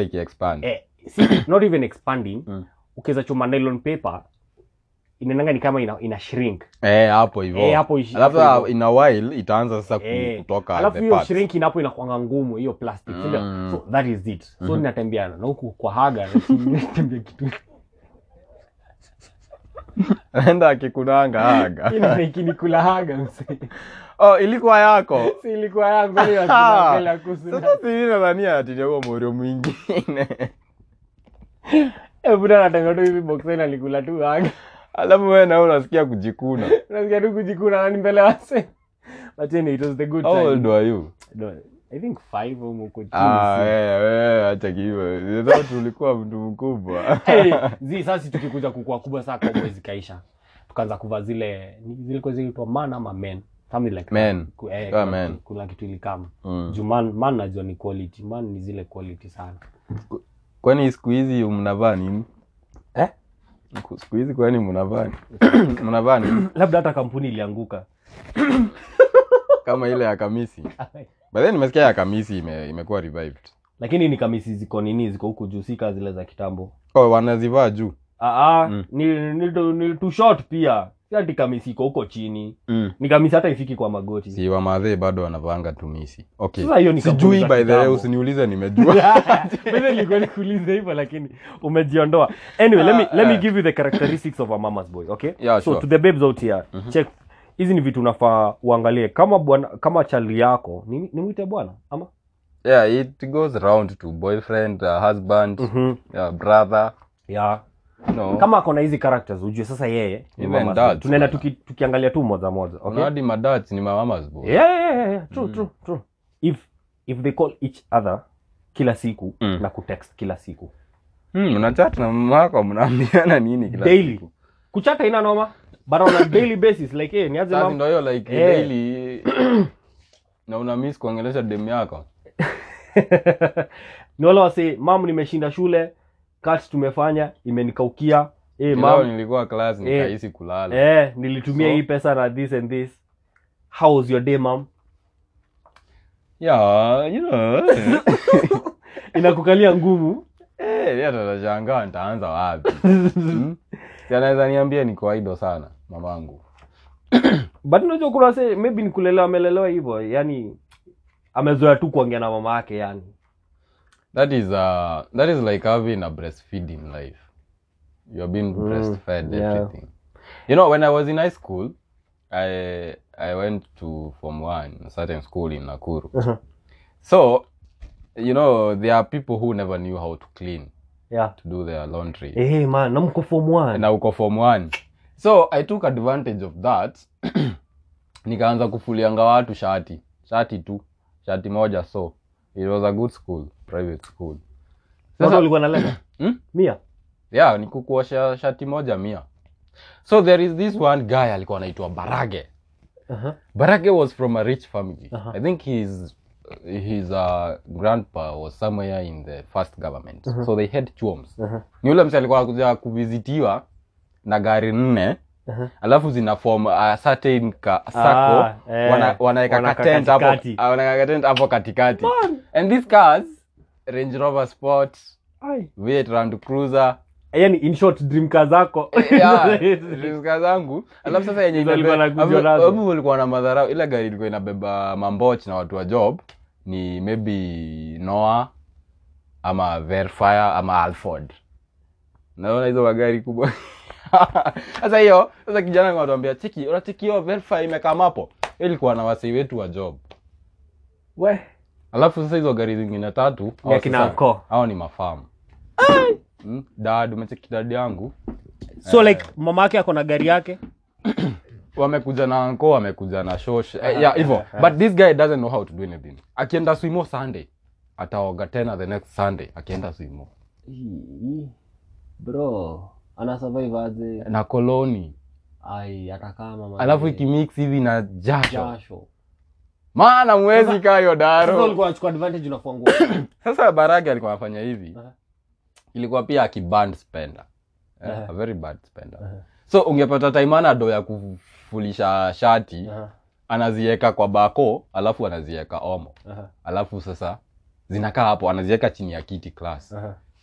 Speaker 3: ikiexpand
Speaker 2: eh, see, not even expanding
Speaker 3: Mm. Mm.
Speaker 2: ukiweza chuma nylon paper inaenanga ni kama ina, ina shrink
Speaker 3: eh hapo hivyo
Speaker 2: Eh, hapo ishi-
Speaker 3: alafu
Speaker 2: hapo
Speaker 3: sasa in a while itaanza sasa ku-
Speaker 2: Eh,
Speaker 3: kutoka
Speaker 2: alafu
Speaker 3: the
Speaker 2: hiyo
Speaker 3: parts.
Speaker 2: shrink inapo inakwanga ngumu hiyo plastic si ndio?
Speaker 3: Mm. Mm-hmm.
Speaker 2: so that is it so ninatembeana na huku kwa haga natembea kitu
Speaker 3: enda akikunanga aga
Speaker 2: ikinikula haga mse
Speaker 3: oh ilikuwa yako
Speaker 2: si ilikuwa yangu ile ya
Speaker 3: Ah.
Speaker 2: kuna kela kusu
Speaker 3: sasa sijui nadhania atitiakuwa morio mwingine
Speaker 2: Eh, buda natembea tu hivi boxer alikula tu haga
Speaker 3: alafu wewe nawe unasikia kujikuna
Speaker 2: nasikia tu kujikuna nani mbele wase but anyway, it was the good
Speaker 3: how
Speaker 2: time
Speaker 3: old are you
Speaker 2: no, i think 5 au mko chini
Speaker 3: Ah,
Speaker 2: si-
Speaker 3: eh, wewe acha kiwe sasa tulikuwa mtu mkubwa
Speaker 2: Hey, zi sasi tukikuja kukua kubwa saa kobo zikaisha tukaanza kuvaa zile ni- zilikuwa zilitwa man ama men something like that.
Speaker 3: Men.
Speaker 2: Ku- eh,
Speaker 3: Ah,
Speaker 2: kuna
Speaker 3: men.
Speaker 2: kitu- kuna kitu ilikama
Speaker 3: Mm.
Speaker 2: juu man man najua ni quality man ni zile quality sana
Speaker 3: kwani siku hizi mnavaa nini
Speaker 2: Eh?
Speaker 3: Ku- siku hizi kwani mnavaa nini? mnavaa nini
Speaker 2: labda hata kampuni ilianguka
Speaker 3: kama ile ya kamisi but then nimesikia ya kamisi ime, imekuwa revived
Speaker 2: lakini ni kamisi ziko nini ziko huku juu si kaa zile za kitambo
Speaker 3: oh, wanazivaa juu
Speaker 2: Ah, ah,
Speaker 3: Mm.
Speaker 2: ni, ni, ni, ni too short pia si ati kamisi iko huko chini ni kamisi hata ifiki kwa magoti
Speaker 3: si wamadhe bado wanavaanga tumisi okay
Speaker 2: Sasa hiyo ni kampuni
Speaker 3: sijui
Speaker 2: za
Speaker 3: by the way
Speaker 2: kitambo.
Speaker 3: usiniulize nimejua
Speaker 2: Mimi nilikuwa nikuulize hivyo lakini umejiondoa. Anyway, let me let me give you the characteristics of a mama's boy, okay?
Speaker 3: Ah, eh. Yeah,
Speaker 2: so
Speaker 3: sure. Mm-hmm.
Speaker 2: to the babes out here, check hizi ni vitu unafaa uangalie kama bwana kama chali yako ni nimwite bwana ama
Speaker 3: yeah it goes round to boyfriend uh, husband
Speaker 2: Mhm.
Speaker 3: yeah, brother
Speaker 2: yeah.
Speaker 3: no
Speaker 2: Kama ako na hizi characters ujue sasa yeye ni
Speaker 3: Even
Speaker 2: mama's
Speaker 3: dads,
Speaker 2: boy. tunaenda
Speaker 3: bwana.
Speaker 2: tuki, tukiangalia tu moja moja, okay?
Speaker 3: unadi madats ni mamamas boy
Speaker 2: Yeah, yeah, yeah, yeah.
Speaker 3: Mm.
Speaker 2: True, true, true. If if they call each other kila siku
Speaker 3: Mm.
Speaker 2: na kutext kila siku.
Speaker 3: hmm, unachat na mamako mnaambiana nini kila
Speaker 2: daily.
Speaker 3: siku?
Speaker 2: Kuchata ina noma, but on a daily basis like hey, niaje
Speaker 3: Sasa
Speaker 2: mam-
Speaker 3: ndio hiyo like
Speaker 2: Eh.
Speaker 3: daily na una miss kuongelesha demu yako
Speaker 2: ni wale wase mam nimeshinda shule kat tumefanya imenikaukia eh,
Speaker 3: Leo
Speaker 2: mam
Speaker 3: nilikuwa class nikahisi kulala
Speaker 2: eh, nilitumia
Speaker 3: So?
Speaker 2: hii pesa na this and this how was your day mam
Speaker 3: yeah you know eh.
Speaker 2: inakukalia ngumu
Speaker 3: Eh, ya tatashangaa nitaanza wapi hmm? Si anaweza niambia niko aido sana mamangu
Speaker 2: but unajua kuna wase maybe ni kulelewa amelelewa hivyo yani amezoea tu kuongea na mama yake yani
Speaker 3: that is, uh, that is like having a breastfeeding life you're being
Speaker 2: Mm,
Speaker 3: breastfed
Speaker 2: yeah.
Speaker 3: everything you know when i was in high school i, I went to form one a certain school in nakuru
Speaker 2: Uh-huh.
Speaker 3: so you know there are people who never knew how to clean
Speaker 2: yeah.
Speaker 3: to do their laundry
Speaker 2: hey, Eh, man na mko form one.
Speaker 3: na uko form one so i took advantage of that nikaanza kufulianga watu shati shati tu shati moja so it was a good school private school
Speaker 2: Watu
Speaker 3: sasa-
Speaker 2: walikuwa na leta
Speaker 3: Hmm?
Speaker 2: mia
Speaker 3: yeah ni kukuosha shati moja mia so there is this one guy alikuwa anaitwa barage
Speaker 2: Aha.
Speaker 3: barage was from a rich family
Speaker 2: Aha.
Speaker 3: i think his his uh, grandpa was somewhere in the first government
Speaker 2: Uh-huh.
Speaker 3: so they had chums
Speaker 2: Aha.
Speaker 3: ni ule msi alikuwa anakuja kuvizitiwa na gari nne
Speaker 2: Aha.
Speaker 3: alafu zina form a certain ka,
Speaker 2: Ah,
Speaker 3: sako
Speaker 2: eh,
Speaker 3: wana, wanaweka
Speaker 2: wanaweka
Speaker 3: katent hapo
Speaker 2: katikati.
Speaker 3: ah, wanaweka katent hapo katikati and these cars range rover sport
Speaker 2: Ai.
Speaker 3: v8 Land cruiser
Speaker 2: yani Yaani, in short dream car zako
Speaker 3: Yeah,
Speaker 2: eh,
Speaker 3: rizika zangu alafu sasa yenye
Speaker 2: Hizo alikuwa
Speaker 3: inabeba-
Speaker 2: anakujwa
Speaker 3: alafu-
Speaker 2: nazo.
Speaker 3: alafu walikuwa na madharau ile gari ilikuwa inabeba mamboch na watu wa job ni maybe noa ama verfire ama alford naona hizo magari kubwa sasa hiyo sasa kijana natuambia cheki unacheki hiyo verfire imekamapo ilikuwa na wasei wetu wa job
Speaker 2: we
Speaker 3: alafu sasa hizo gari zingine tatu
Speaker 2: Ni akina
Speaker 3: hao sasa-
Speaker 2: uncle.
Speaker 3: hao ni mafamu Mm, dad umecheki dadi yangu
Speaker 2: so like mama yake ako na gari yake
Speaker 3: wamekuja na anko wamekuja na shoshe eh, yeah, hivyo but this guy doesn't know how to do anything akienda swimo sunday ataoga tena the next sunday akienda swimo
Speaker 2: bro ana survive aje
Speaker 3: na koloni
Speaker 2: ai atakaa mama
Speaker 3: alafu ikimix hivi na jasho
Speaker 2: jasho
Speaker 3: maana mwezi kaa hiyo
Speaker 2: sasa
Speaker 3: daro
Speaker 2: ulikuwa unachukua advantage na fungo
Speaker 3: sasa baragi alikuwa anafanya hivi
Speaker 2: Aha.
Speaker 3: ilikuwa pia akiband spender
Speaker 2: Aha.
Speaker 3: yeah, a very bad spender
Speaker 2: Aha.
Speaker 3: so ungepata taimana do ya kufulisha shati anazieka kwa bako alafu anazieka omo alafu sasa zinakaa hapo anazieka chini ya kiti class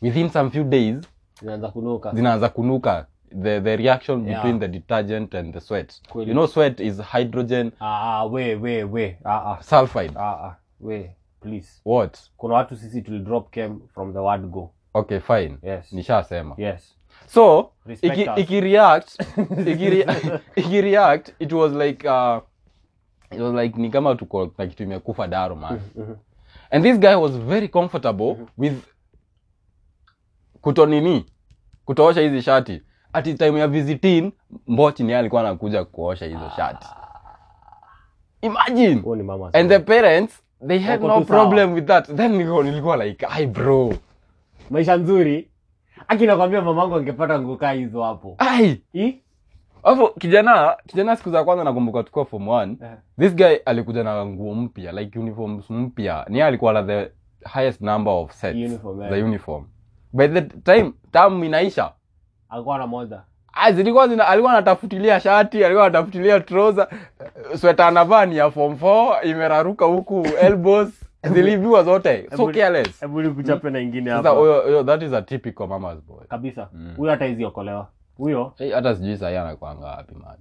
Speaker 3: within some few days
Speaker 2: zinaanza kunuka
Speaker 3: zinaanza kunuka the, the reaction
Speaker 2: Yeah.
Speaker 3: between the detergent and the sweat
Speaker 2: Kweli.
Speaker 3: you know sweat is hydrogen
Speaker 2: Ah, ah, we we we ah, ah,
Speaker 3: sulfide
Speaker 2: ah, ah, we please
Speaker 3: what
Speaker 2: kuna watu sisi tulidrop came from the word go
Speaker 3: okay fine
Speaker 2: yes
Speaker 3: nishasema
Speaker 2: yes
Speaker 3: so
Speaker 2: Respect
Speaker 3: iki,
Speaker 2: us.
Speaker 3: ikireact ikire- ikireact it was like uh, it was like ni kama tuko na kitu imekufa daro man
Speaker 2: Mm-hmm,
Speaker 3: and this guy was very comfortable with kutonini kutoosha hizi shati ati time ya visitin mbochi niye alikuwa anakuja kuosha hizo
Speaker 2: Ah.
Speaker 3: shati imagine
Speaker 2: huo ni mama
Speaker 3: and the parents they had
Speaker 2: Wako
Speaker 3: no
Speaker 2: tu sawa.
Speaker 3: problem with that then nilikuwa- nilikuwa like ai bro
Speaker 2: maisha nzuri aki nakwambia mamangu angepata ngukaa hizo hapo Eh,
Speaker 3: ai
Speaker 2: I?
Speaker 3: alafu kijana kijana siku za kwanza nakumbuka tukiwa form one
Speaker 2: Eh.
Speaker 3: this guy alikuja na nguo mpya like uniforms mpya ni yeye alikuwa na the highest number of sets
Speaker 2: Uniform, eh.
Speaker 3: za uniform by the time tam inaisha
Speaker 2: alikuwa na moja
Speaker 3: ah, zilikuwa zina, alikuwa anatafutilia shati alikuwa anatafutilia trouser sweta anavaa ni ya form 4 imeraruka huku elbows ziliviwa zote so
Speaker 2: Ebu-
Speaker 3: careless
Speaker 2: hebu nikuchape na ingine hapa
Speaker 3: sasa huyo huyo that is a typical mama's boy
Speaker 2: kabisa
Speaker 3: Mm.
Speaker 2: huyo hata hizi okolewa huyo
Speaker 3: Eh, hata sijui sahii anakwanga wapi man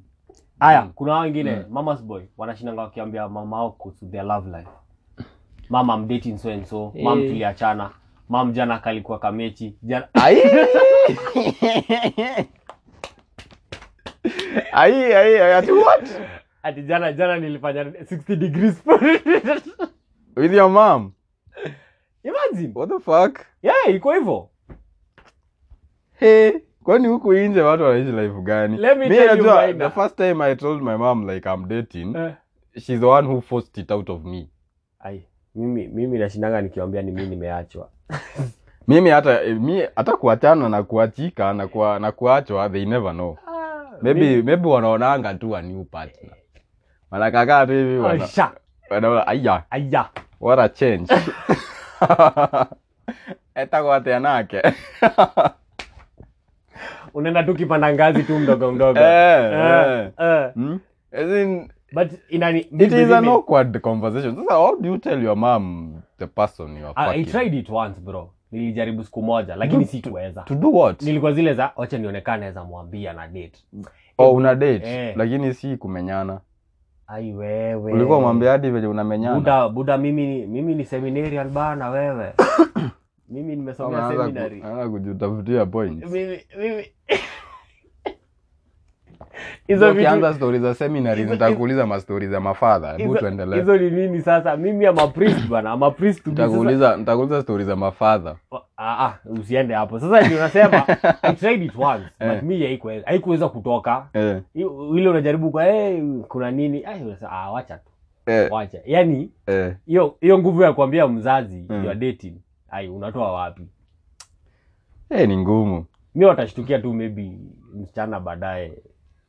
Speaker 2: haya kuna hao wengine
Speaker 3: Mm.
Speaker 2: mama's boy wanashinanga wakiambia mama ao kuhusu their love life mama I'm dating so and so mam
Speaker 3: Eh.
Speaker 2: tuliachana mam jana kalikuwa kamechi jana
Speaker 3: Ai! Ai, ai, ai, ati what?
Speaker 2: ati jana jana nilifanya 60 degrees
Speaker 3: With your mom.
Speaker 2: imagine
Speaker 3: What the fuck?
Speaker 2: yeah iko hivyo
Speaker 3: Hey, kwani huku nje watu wanaishi life gani?
Speaker 2: Let me
Speaker 3: Mi
Speaker 2: tell you
Speaker 3: najua,
Speaker 2: mine.
Speaker 3: the first time I told my mom like I'm dating,
Speaker 2: Eh.
Speaker 3: she's the one who forced it out of me.
Speaker 2: ai mimi mimi nashindanga nikiwambia ni mimi nimeachwa
Speaker 3: Mimi hata eh, mi hata kuachana na kuachika na kuwa, na kuachwa they never know.
Speaker 2: Ah,
Speaker 3: Maybe maybe wanaonanga tu a new partner. Wanakakaa tu hivi wana-
Speaker 2: Asha,
Speaker 3: wanaona aya
Speaker 2: aya
Speaker 3: what a change etakwatĩa nake
Speaker 2: unaenda tu kipanda ngazi tu mdogo mdogo
Speaker 3: Eh,
Speaker 2: Eh,
Speaker 3: eh.
Speaker 2: eh.
Speaker 3: Hmm? As in,
Speaker 2: but inani
Speaker 3: it is an
Speaker 2: mimi-
Speaker 3: awkward conversation sasa how do you tell your mom the person you are
Speaker 2: Ah, I
Speaker 3: fucking?
Speaker 2: tried it once bro nilijaribu siku moja lakini sikuweza
Speaker 3: to do what
Speaker 2: nilikuwa zile za wacha nionekane naweza mwambia na date
Speaker 3: oh, una date
Speaker 2: Eh.
Speaker 3: lakini si kumenyana
Speaker 2: ai wewe
Speaker 3: ulikuwa mwambia hadi venye unamenyana
Speaker 2: buda buda mimi ni- mimi ni seminarian bana wewe mimi nimesomea
Speaker 3: Unaanza ku-
Speaker 2: seminary
Speaker 3: unaanza kujitafutia points
Speaker 2: Mimi- mimi- hizo vitu
Speaker 3: ukianza stori za seminary
Speaker 2: hizo-
Speaker 3: nitakuuliza mastori za mafadha hebu
Speaker 2: hizo-
Speaker 3: tuendelee
Speaker 2: hizo ni nini sasa mimi ama priest bana ama priest to be sasa-
Speaker 3: nitakuuliza nitakuuliza stori za mafadha
Speaker 2: Ah, ah, usiende hapo sasa ndio nasema i tried it once but
Speaker 3: Eh.
Speaker 2: mi haikuweza haikuweza kutoka
Speaker 3: eh,
Speaker 2: I- ile unajaribu kwa hey, kuna nini Ai, unasema, ah, wacha tu
Speaker 3: eh,
Speaker 2: wacha yani
Speaker 3: eh.
Speaker 2: hiyo hiyo nguvu ya kuambia mzazi
Speaker 3: Mm.
Speaker 2: mm. ya dating ai unatoa wapi
Speaker 3: Eh, ni ngumu
Speaker 2: mi watashtukia tu maybe msichana baadaye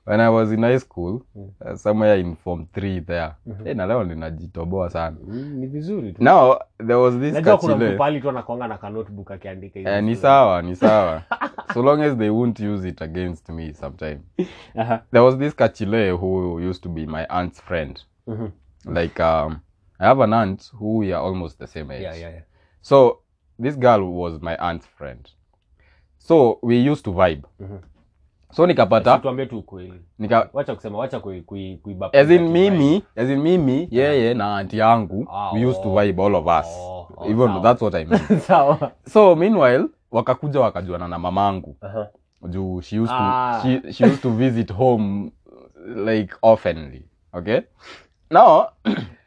Speaker 3: when i was in high school
Speaker 2: Mm.
Speaker 3: uh, somewhere in form 3 there
Speaker 2: Mhm.
Speaker 3: eh, na leo ninajitoboa sana
Speaker 2: Mm, ni vizuri tu
Speaker 3: now there was this
Speaker 2: najua kuna mtu
Speaker 3: kachile
Speaker 2: pali tu anakwanga na kanotebook akiandika hizo
Speaker 3: eh,
Speaker 2: story.
Speaker 3: ni sawa ni sawa so long as they won't use it against me sometime
Speaker 2: Aha.
Speaker 3: there was this kachile who used to be my aunt's friend
Speaker 2: Mhm.
Speaker 3: like um, i have an aunt who we are almost the same age
Speaker 2: Yeah, yeah, yeah.
Speaker 3: so this girl was my aunt's friend so we used to vibe
Speaker 2: Mhm.
Speaker 3: so nikapata
Speaker 2: Situambie tu ukweli
Speaker 3: nika,
Speaker 2: wacha kusema wacha kui- kui- kuiba
Speaker 3: as in mimi as in mimi yeye na anti yangu
Speaker 2: Ah,
Speaker 3: we used to
Speaker 2: oh.
Speaker 3: vibe all of us
Speaker 2: Oh, oh,
Speaker 3: even
Speaker 2: sawa.
Speaker 3: that's what i mean
Speaker 2: sawa
Speaker 3: so meanwhile wakakuja wakajuana na mamangu
Speaker 2: Aha.
Speaker 3: juu she used to,
Speaker 2: Uh-huh. Ah.
Speaker 3: she, she used to visit home like oftenly okay now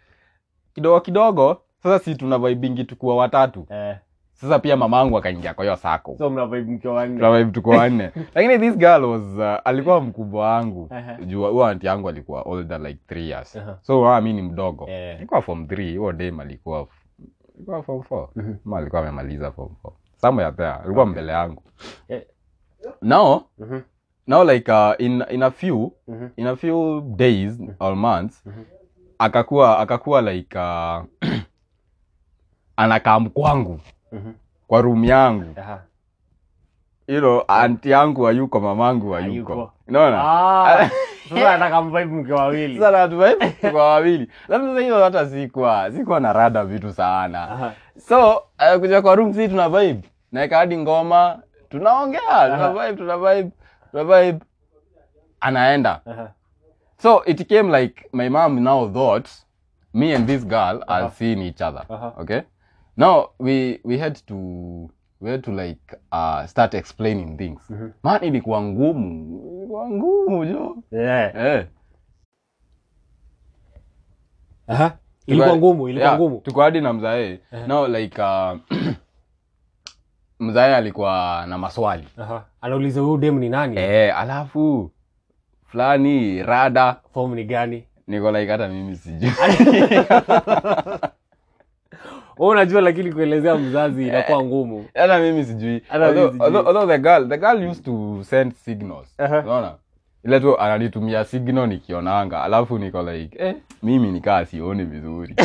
Speaker 3: kidogo kidogo sasa si tuna vibingi tukuwa watatu
Speaker 2: Eh,
Speaker 3: sasa pia mamangu akaingia kwa hiyo sako
Speaker 2: so mna vibe mkiwa wanne.
Speaker 3: tuna vibe tukuwa wanne lakini this girl was uh, alikuwa mkubwa wangu
Speaker 2: Aha.
Speaker 3: juu huyo anti yangu alikuwa older like three years
Speaker 2: Aha.
Speaker 3: so uh, mi ni mdogo
Speaker 2: Eh.
Speaker 3: Nilikuwa form three huo dem alikuwa f- alikuwa form four
Speaker 2: Mhm.
Speaker 3: Ma alikuwa amemaliza form four somewhere there alikuwa mbele yangu
Speaker 2: Eh.
Speaker 3: now
Speaker 2: Mhm,
Speaker 3: now like uh, in in a few
Speaker 2: mhm.
Speaker 3: in a few days or months akakuwa akakuwa like uh, anakam kwangu
Speaker 2: Mhm.
Speaker 3: kwa room yangu
Speaker 2: Aha.
Speaker 3: you know anti yangu hayuko mamangu hayuko
Speaker 2: Hayuko.
Speaker 3: unaona
Speaker 2: Ah, sasa nataka mvibe mkiwa wawili
Speaker 3: Sasa na tuwe- kwa wawili labda sasa hiyo hata sikuwa sikuwa na rada vitu sana
Speaker 2: Aha.
Speaker 3: so uh, kuja kwa room si tuna vibe naeka hadi ngoma tunaongea tuna
Speaker 2: Aha.
Speaker 3: vibe tuna vibe tuna vibe anaenda
Speaker 2: Aha.
Speaker 3: so it came like my mom now thought me and this girl are seeing each other
Speaker 2: Uh-huh.
Speaker 3: okay now we we had to we had to like uh, start explaining things
Speaker 2: Mhm.
Speaker 3: man ilikuwa ngumu ilikuwa ngumu jo
Speaker 2: Yeah.
Speaker 3: eh
Speaker 2: Aha. ilikuwa
Speaker 3: Tuka-
Speaker 2: ngumu ilikuwa
Speaker 3: yeah,
Speaker 2: ngumu
Speaker 3: tuko hadi na mzae now like uh, mzae alikuwa na maswali
Speaker 2: Aha. anauliza huyu dem ni nani
Speaker 3: eh alafu fulani rada
Speaker 2: form ni gani
Speaker 3: niko like hata mimi sijui
Speaker 2: Wewe unajua lakini kuelezea
Speaker 3: Eh.
Speaker 2: mzazi inakuwa ngumu
Speaker 3: hata mimi sijui
Speaker 2: Hata mimi
Speaker 3: Although-
Speaker 2: sijui. Uh-huh.
Speaker 3: although- although the girl the girl used to send signals
Speaker 2: Aha.
Speaker 3: unaona ile tu ananitumia signal nikionanga alafu niko like eh, mimi nikaa sioni vizuri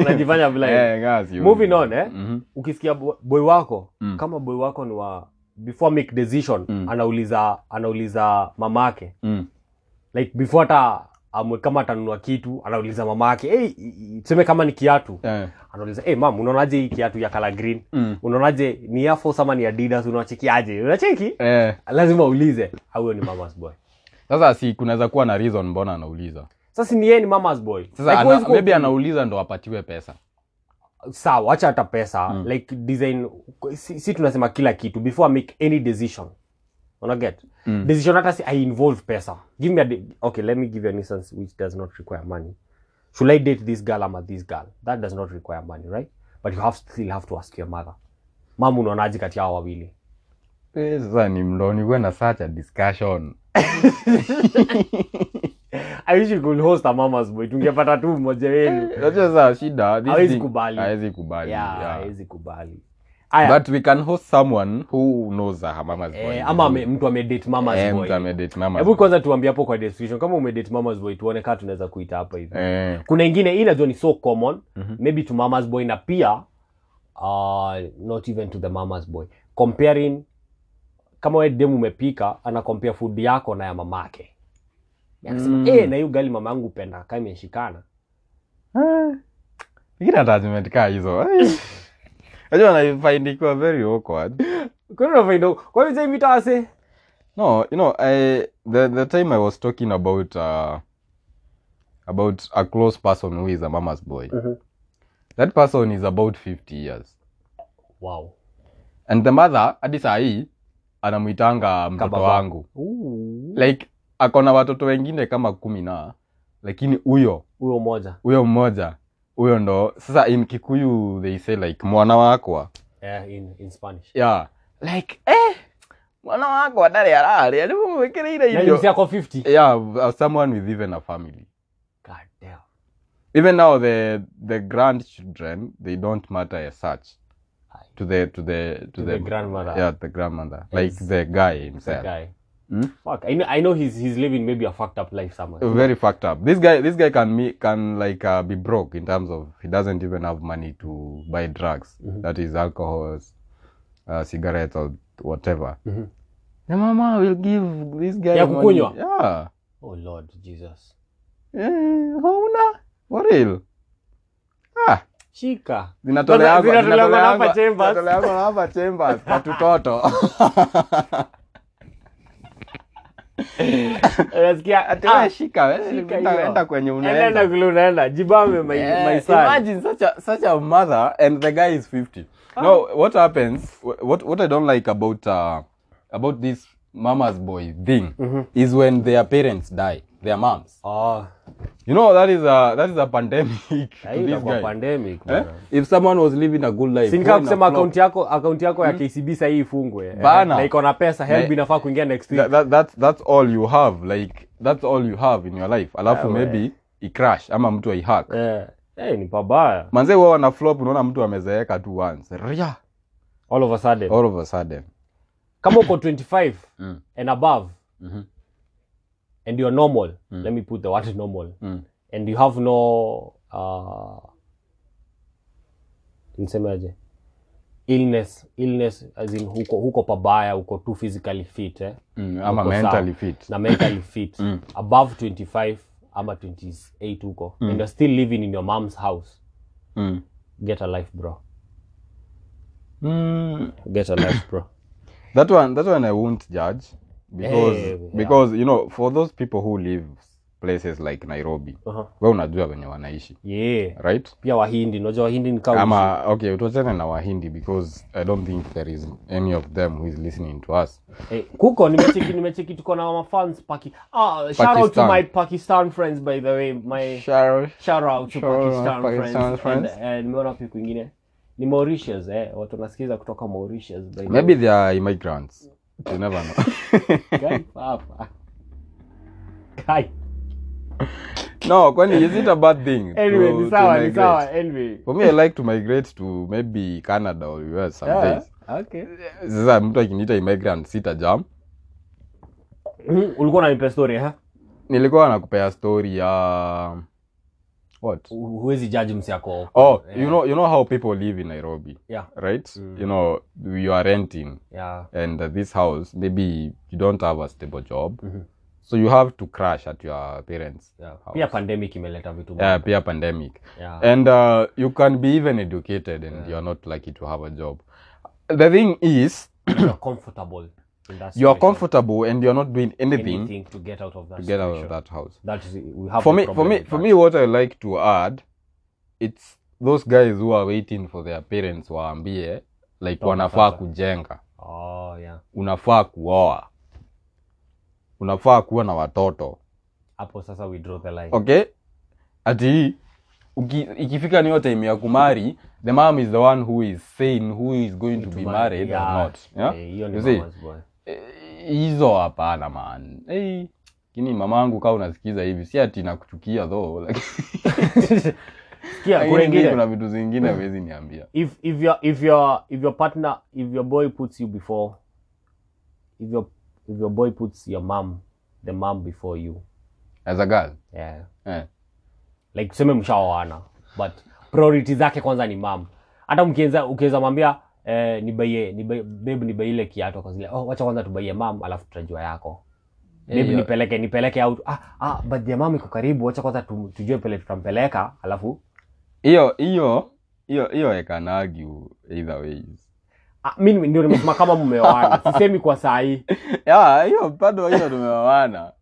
Speaker 2: unajifanya vile
Speaker 3: Eh, kaa sioni
Speaker 2: moving
Speaker 3: vizuri.
Speaker 2: on eh
Speaker 3: Mhm.
Speaker 2: ukisikia bo- boy wako
Speaker 3: Mm.
Speaker 2: kama boy wako ni wa before make decision
Speaker 3: Mm.
Speaker 2: anauliza anauliza mamake
Speaker 3: Mm.
Speaker 2: like before hata amwe kama atanunua kitu anauliza mamake hey, i- i- tuseme kama ni kiatu
Speaker 3: Eh.
Speaker 2: anauliza hey, mam unaonaje hii kiatu ya kala green
Speaker 3: Mm.
Speaker 2: unaonaje ni Air Force ama ni adidas unachekiaje unacheki
Speaker 3: Eh.
Speaker 2: lazima uulize "Ah, huyo ni mamas boy
Speaker 3: sasa si kunaweza kuwa na reason mbona anauliza
Speaker 2: sasa ni yeye ni mamas boy
Speaker 3: sasa
Speaker 2: Like,
Speaker 3: ana,
Speaker 2: huwezi ku-
Speaker 3: maybe anauliza ndo apatiwe pesa
Speaker 2: sawa wacha hata pesa mm. like design si, si tunasema kila kitu before I make any decision una get mm. decision hata si i involve pesa give me a de- okay let me give you an instance which does not require money should i date this girl ama this girl that does not require money right but you have still have to ask your mother mam unaonaje kati yao wawili
Speaker 3: Eh, sasa ni mndoni kuwe na such a discussion
Speaker 2: i wish you could host a mamas boy tungepata tu mmoja wenu
Speaker 3: unajua sasa shida this
Speaker 2: Hawezi
Speaker 3: thing-
Speaker 2: kubali.
Speaker 3: hawezi kubali
Speaker 2: yeah
Speaker 3: yeah.
Speaker 2: hawezi kubali aya
Speaker 3: but we can host someone who knows her mama's boy
Speaker 2: eh, ama ame- mtu amedate mamas
Speaker 3: Eh,
Speaker 2: boy
Speaker 3: mtu amedate mama's
Speaker 2: hebu
Speaker 3: boy.
Speaker 2: kwanza tuambie hapo kwa description kama umedate mamas boy tuone kaa tunaweza kuita hapa hivi
Speaker 3: Eh,
Speaker 2: kuna ingine hii najua ni so common
Speaker 3: Mhm.
Speaker 2: maybe to mamas boy na pia uh, not even to the mamas boy comparing kama we demu umepika anakompea food yako na ya mamake anasema
Speaker 3: Mm.
Speaker 2: mm. eh na hiyo gali mama yangu upenda kama imeshikana Ah.
Speaker 3: ingine attachment kaa hizo Eh. najua naifind ikiwa very awkward
Speaker 2: Kwa hiyo unavyoenda- kwa hivyo sasa hivi tawase
Speaker 3: no you know I, the, the time i was talking about uh, about a close person who is a mama's boy
Speaker 2: Mhm.
Speaker 3: that person is about 50 years
Speaker 2: wow
Speaker 3: and the mother hadi saa hii anamwitanga mtoto
Speaker 2: Kababa.
Speaker 3: wangu like akona watoto wengine kama kumi na lakini huyo
Speaker 2: huyo moja
Speaker 3: huyo mmoja huyo ndo sasa in kikuyu they say like mwana wakwa
Speaker 2: yeah, in, in spanish
Speaker 3: yeah like eh, mwana wakwa ndari arari alimwekereire
Speaker 2: na yusi
Speaker 3: irio
Speaker 2: yako 50
Speaker 3: yeah uh, someone with even a family
Speaker 2: god damn
Speaker 3: even now the the grandchildren they don't matter as such to the to the to,
Speaker 2: To the grandmother.
Speaker 3: yeah the grandmother
Speaker 2: Yes.
Speaker 3: like the guy
Speaker 2: that
Speaker 3: himself
Speaker 2: guy.
Speaker 3: Hmm?
Speaker 2: Fuck, I know, I know he's he's living maybe a fucked up life somewhere.
Speaker 3: very fucked up this guy this guy can me can like uh, be broke in terms of he doesn't even have money to buy drugs
Speaker 2: Mm-hmm.
Speaker 3: that is alcohols uh, cigarettes or whatever
Speaker 2: Mhm.
Speaker 3: the mama will give this guy
Speaker 2: Ya
Speaker 3: money.
Speaker 2: kukunywa?
Speaker 3: yeah
Speaker 2: Oh Lord Jesus.
Speaker 3: Eh, hauna for real ah
Speaker 2: Shika.
Speaker 3: zinatoleangwa-
Speaker 2: Zinatoleangwa na
Speaker 3: zinatoleangwa-
Speaker 2: hapa Chambers.
Speaker 3: zinatoleangwa na hapa Chambers kwa tutoto
Speaker 2: Unasikia?
Speaker 3: Ati wewe
Speaker 2: Ah,
Speaker 3: shika wewe,
Speaker 2: shika
Speaker 3: enda-
Speaker 2: hiyo.
Speaker 3: enda kwenye unaenda
Speaker 2: Unaenda Eh, kule unaenda. Jibame my
Speaker 3: Yeah,
Speaker 2: my son.
Speaker 3: Eh, imagine such a, such a mother and the guy is 50 no what happens wh- what what i don't like about uh, about this mama's boy thing
Speaker 2: Mm-hmm.
Speaker 3: is when their parents die their moms
Speaker 2: Oh,
Speaker 3: you know that is a that is a pandemic Ah, to
Speaker 2: hii
Speaker 3: this
Speaker 2: kwa
Speaker 3: guy
Speaker 2: pandemic.
Speaker 3: eh?
Speaker 2: bwana.
Speaker 3: if someone was living a good life
Speaker 2: Si
Speaker 3: who
Speaker 2: nikaa
Speaker 3: in a
Speaker 2: kusema
Speaker 3: flop-
Speaker 2: akaunti yako akaunti yako ya KCB sasa hii ifungwe. Eh,
Speaker 3: Hmm? Bana.
Speaker 2: Na iko na pesa help
Speaker 3: Na-
Speaker 2: inafaa kuingia next
Speaker 3: that,
Speaker 2: week.
Speaker 3: that, that's, that's all you have like that's all you have in your life alafu
Speaker 2: Ah, we.
Speaker 3: maybe icrash ama mtu aihack
Speaker 2: Eh, eh ni pabaya.
Speaker 3: manze huwa wana flop unaona mtu amezeeka tu once ria
Speaker 2: All of a sudden.
Speaker 3: all of a sudden
Speaker 2: Kama uko 25
Speaker 3: Mm.
Speaker 2: and above
Speaker 3: Mhm.
Speaker 2: and you're normal. Let me put the word normal.
Speaker 3: mm.
Speaker 2: and you have no uh, nisemaje illness illness as in huko huko pabaya uko tu physically fit eh?
Speaker 3: Mm, ama
Speaker 2: Uko
Speaker 3: mentally
Speaker 2: sawa.
Speaker 3: fit Mm.
Speaker 2: na mentally fit above 25 ama 28 huko and you're still living in your mom's house
Speaker 3: mm.
Speaker 2: get a life bro
Speaker 3: Mm.
Speaker 2: get a life bro
Speaker 3: that one that one i won't judge because,
Speaker 2: Eh, yeah.
Speaker 3: because you know for those people who live places like nairobi
Speaker 2: Aha.
Speaker 3: we unajua venye wanaishi
Speaker 2: Uh-huh. yeah
Speaker 3: right
Speaker 2: pia wahindi unajua wahindi ni kama
Speaker 3: ama okay tuachane na wahindi because i don't think there is any of them who is listening to us
Speaker 2: Eh, kuko nimecheki nimecheki tuko na mafans paki ah, shout out to
Speaker 3: Pakistan.
Speaker 2: my pakistan friends by the way my shout out to
Speaker 3: Shout out
Speaker 2: pakistan,
Speaker 3: Pakistan
Speaker 2: friends,
Speaker 3: friends.
Speaker 2: And, eh, nimeona wapi kwingine ni mauritius eh watu nasikiza kutoka mauritius by the
Speaker 3: maybe they are immigrants you never know
Speaker 2: way. Kai, papa. Kai.
Speaker 3: no kwani is it a bad thing
Speaker 2: anyway
Speaker 3: to-
Speaker 2: ni
Speaker 3: to
Speaker 2: sawa ni
Speaker 3: migrate?
Speaker 2: sawa anyway
Speaker 3: for me i like to migrate to maybe canada or us some
Speaker 2: Yeah,
Speaker 3: days
Speaker 2: okay
Speaker 3: sasa mtu akiniita immigrant sita jam
Speaker 2: Mhm, ulikuwa unanipa story ha
Speaker 3: nilikuwa nakupea story ya what
Speaker 2: Hu- huwezi judge msi yako
Speaker 3: oh you know you know how people live in nairobi
Speaker 2: yeah
Speaker 3: right
Speaker 2: Mm.
Speaker 3: you know you are renting
Speaker 2: yeah
Speaker 3: and uh, this house maybe you don't have a stable job
Speaker 2: Mm-hmm.
Speaker 3: so you have to crash at your parents
Speaker 2: yeah
Speaker 3: house.
Speaker 2: pia pandemic imeleta vitu
Speaker 3: yeah,
Speaker 2: bad.
Speaker 3: pia pandemic
Speaker 2: yeah
Speaker 3: and uh, you can be even educated and you're not lucky to have a job the thing is
Speaker 2: you are comfortable in that
Speaker 3: you are
Speaker 2: situation.
Speaker 3: comfortable and you're not doing anything,
Speaker 2: anything to get out of that
Speaker 3: to get out of
Speaker 2: situation.
Speaker 3: that house
Speaker 2: that is we have
Speaker 3: for
Speaker 2: a
Speaker 3: me for
Speaker 2: problem
Speaker 3: me
Speaker 2: with
Speaker 3: for
Speaker 2: that.
Speaker 3: me what i like to add it's those guys who are waiting for their parents waambie like
Speaker 2: Toka
Speaker 3: wanafaa
Speaker 2: sasa.
Speaker 3: kujenga
Speaker 2: oh yeah
Speaker 3: unafaa kuoa unafaa kuwa na watoto
Speaker 2: hapo sasa we draw the line
Speaker 3: okay ati uki, ikifika niyo time ya kumari the mom is the one who is saying who is going to, be
Speaker 2: Tuma-
Speaker 3: married or
Speaker 2: yeah.
Speaker 3: not yeah?
Speaker 2: Eh, hiyo ni
Speaker 3: you see
Speaker 2: mama's boy
Speaker 3: Eh, hizo hapana man hey, kini mamangu kaa unasikiza hivi si ati nakuchukia though like,
Speaker 2: Sikia,
Speaker 3: lakini
Speaker 2: kuna ingine.
Speaker 3: mimi
Speaker 2: Hmm.
Speaker 3: kuna vitu zingine huwezi niambia
Speaker 2: if if your if your if your partner if your boy puts you before if your if your boy puts your mom the mom before you
Speaker 3: as a girl
Speaker 2: yeah
Speaker 3: eh.
Speaker 2: like tuseme mshaoana but priority zake kwanza ni mam hata mkienza ukiweza mwambia eh, nibaie nibaie- babe nibaie ile kiatu kazile oh, wacha kwanza tubaie mam alafu tutajua yako babe
Speaker 3: yeah.
Speaker 2: nipeleke nipeleke out ah, ah, but ya mam iko karibu wacha kwanza tu, tujue pele tutampeleka alafu
Speaker 3: hiyo hiyo hiyo hiyo ekanagi either ways
Speaker 2: ah, mi nime- ndio nimesema kama mmeoana sisemi kwa saa hii
Speaker 3: yeah Ah, hiyo bado hiyo tumewawana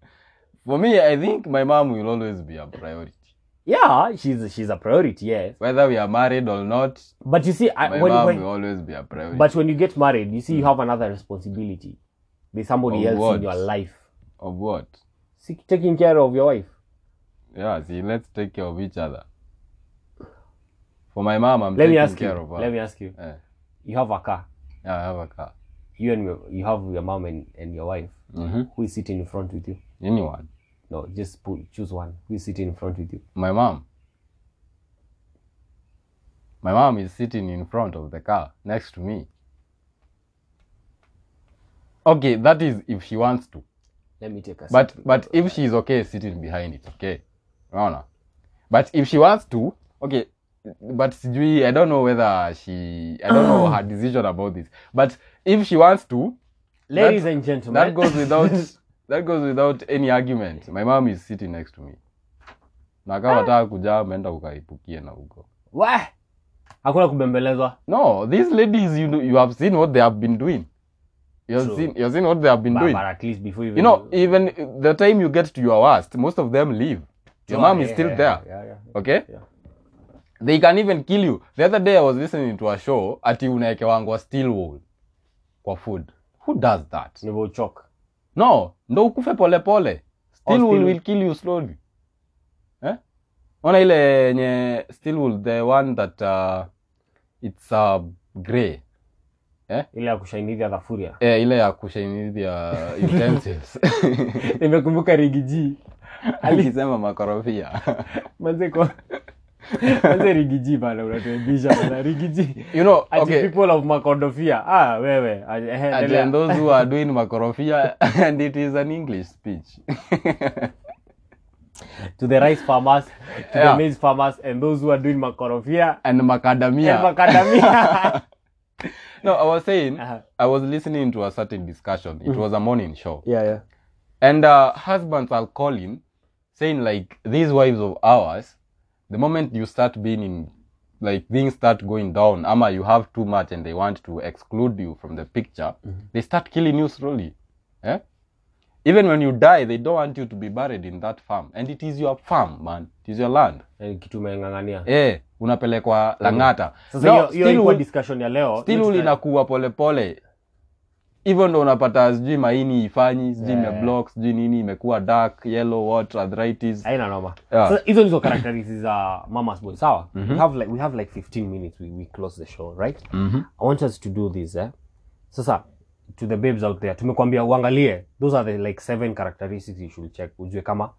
Speaker 3: for me i think my mom will always be a priority
Speaker 2: yeah she's, she's a priority yes
Speaker 3: whether we are married or not
Speaker 2: but you see
Speaker 3: my
Speaker 2: I, Ah, when,
Speaker 3: mom
Speaker 2: when,
Speaker 3: will always be a priority
Speaker 2: but when you get married you see you have another responsibility there's somebody
Speaker 3: Of
Speaker 2: else
Speaker 3: what?
Speaker 2: in your life
Speaker 3: of what
Speaker 2: see, taking care of your wife
Speaker 3: yeah see let's take care of each other for my mom i'm
Speaker 2: let
Speaker 3: taking
Speaker 2: me ask
Speaker 3: care
Speaker 2: you.
Speaker 3: of her
Speaker 2: Let me ask you.
Speaker 3: Eh.
Speaker 2: You have a car.
Speaker 3: yeah i have a car
Speaker 2: You and your, you have your mom and, and your wife.
Speaker 3: mm-hmm.
Speaker 2: Who is sitting in front with you?
Speaker 3: anyone
Speaker 2: No, just put, choose one. Who is sitting in front with you?
Speaker 3: my mom my mom is sitting in front of the car next to me okay that is if she wants to
Speaker 2: Let me take a.
Speaker 3: but but if she's okay sitting behind it okay unaona but if she wants to okay but sijui i don't know whether she i don't know her decision about this but if she wants to
Speaker 2: ladies
Speaker 3: that-
Speaker 2: and gentlemen,
Speaker 3: that goes without that goes without any argument my mom is sitting next to me na
Speaker 2: Ah.
Speaker 3: kama wataka kujaa ameenda ukaipukie na huko
Speaker 2: Wah! Hakuna kubembelezwa.
Speaker 3: no these ladies you, know, you have seen what they have been doing you have
Speaker 2: True.
Speaker 3: seen, you have seen what they have been
Speaker 2: But,
Speaker 3: doing
Speaker 2: but at least before you,
Speaker 3: you know even the time you get to your worst most of them leave your mom is
Speaker 2: yeah,
Speaker 3: still
Speaker 2: yeah,
Speaker 3: there
Speaker 2: Yeah, yeah.
Speaker 3: okay
Speaker 2: Yeah.
Speaker 3: they can even kill you the other day i was listening to a show ati unaekewangwa steel wall kwa food who does that
Speaker 2: Nimeuchoka.
Speaker 3: no ndo ukufe polepole steel
Speaker 2: Oh,
Speaker 3: wool
Speaker 2: steel-
Speaker 3: will kill you slowly eh? ona ile yenye steel wool the one that uh, it's uh, grey
Speaker 2: Ile ya kushainidhi adhafuria.
Speaker 3: eh, ile ya kushainidhia utensils
Speaker 2: Nimekumbuka rigiji.
Speaker 3: alisema makorofia
Speaker 2: Manze kwa Manze rigiji bana unatuibisha bana rigiji.
Speaker 3: you know
Speaker 2: Ati
Speaker 3: okay
Speaker 2: people of Makondofia. Ah, wewe. Ah, eh,
Speaker 3: Ati,
Speaker 2: endelea.
Speaker 3: and those who are doing makorofia and it is an english speech
Speaker 2: ah, to the rice farmers, to
Speaker 3: Yeah.
Speaker 2: the maize farmers, and those who are doing makorofia
Speaker 3: and macadamia
Speaker 2: and macadamia.
Speaker 3: no i was saying
Speaker 2: Uh-huh. Mm.
Speaker 3: i was listening to a certain discussion it was a morning show
Speaker 2: yeah, yeah.
Speaker 3: and uh, husbands are calling saying like these wives of ours the moment you start being in like things start going down ama you have too
Speaker 2: Mm-hmm.
Speaker 3: much and they want to exclude you from the picture they start killing you slowly eh? even when you die they don't want you to be buried in that farm and it is your farm man it is your land
Speaker 2: Eh, kitu umeng'ang'ania
Speaker 3: eh unapelekwa langata
Speaker 2: Mm. sasa hiyo- hiyo
Speaker 3: still
Speaker 2: ilikuwa
Speaker 3: would-
Speaker 2: discussion ya leo
Speaker 3: still
Speaker 2: Next time.
Speaker 3: linakuwa polepole hivyo ndo unapata sijui maini ifanyi sijui
Speaker 2: Yeah.
Speaker 3: imeblock sijui nini imekuwa dark yellow what arthritis
Speaker 2: haina noma
Speaker 3: Yeah. Mm-hmm.
Speaker 2: Sasa hizo ndizo karakterizi za mamas boy sawa we, have like, we have like 15 minutes we, we close the show right
Speaker 3: Mhm.
Speaker 2: i want us to do this eh? sasa to the babes out there tumekwambia uangalie those are the like seven characteristics you should check ujue kama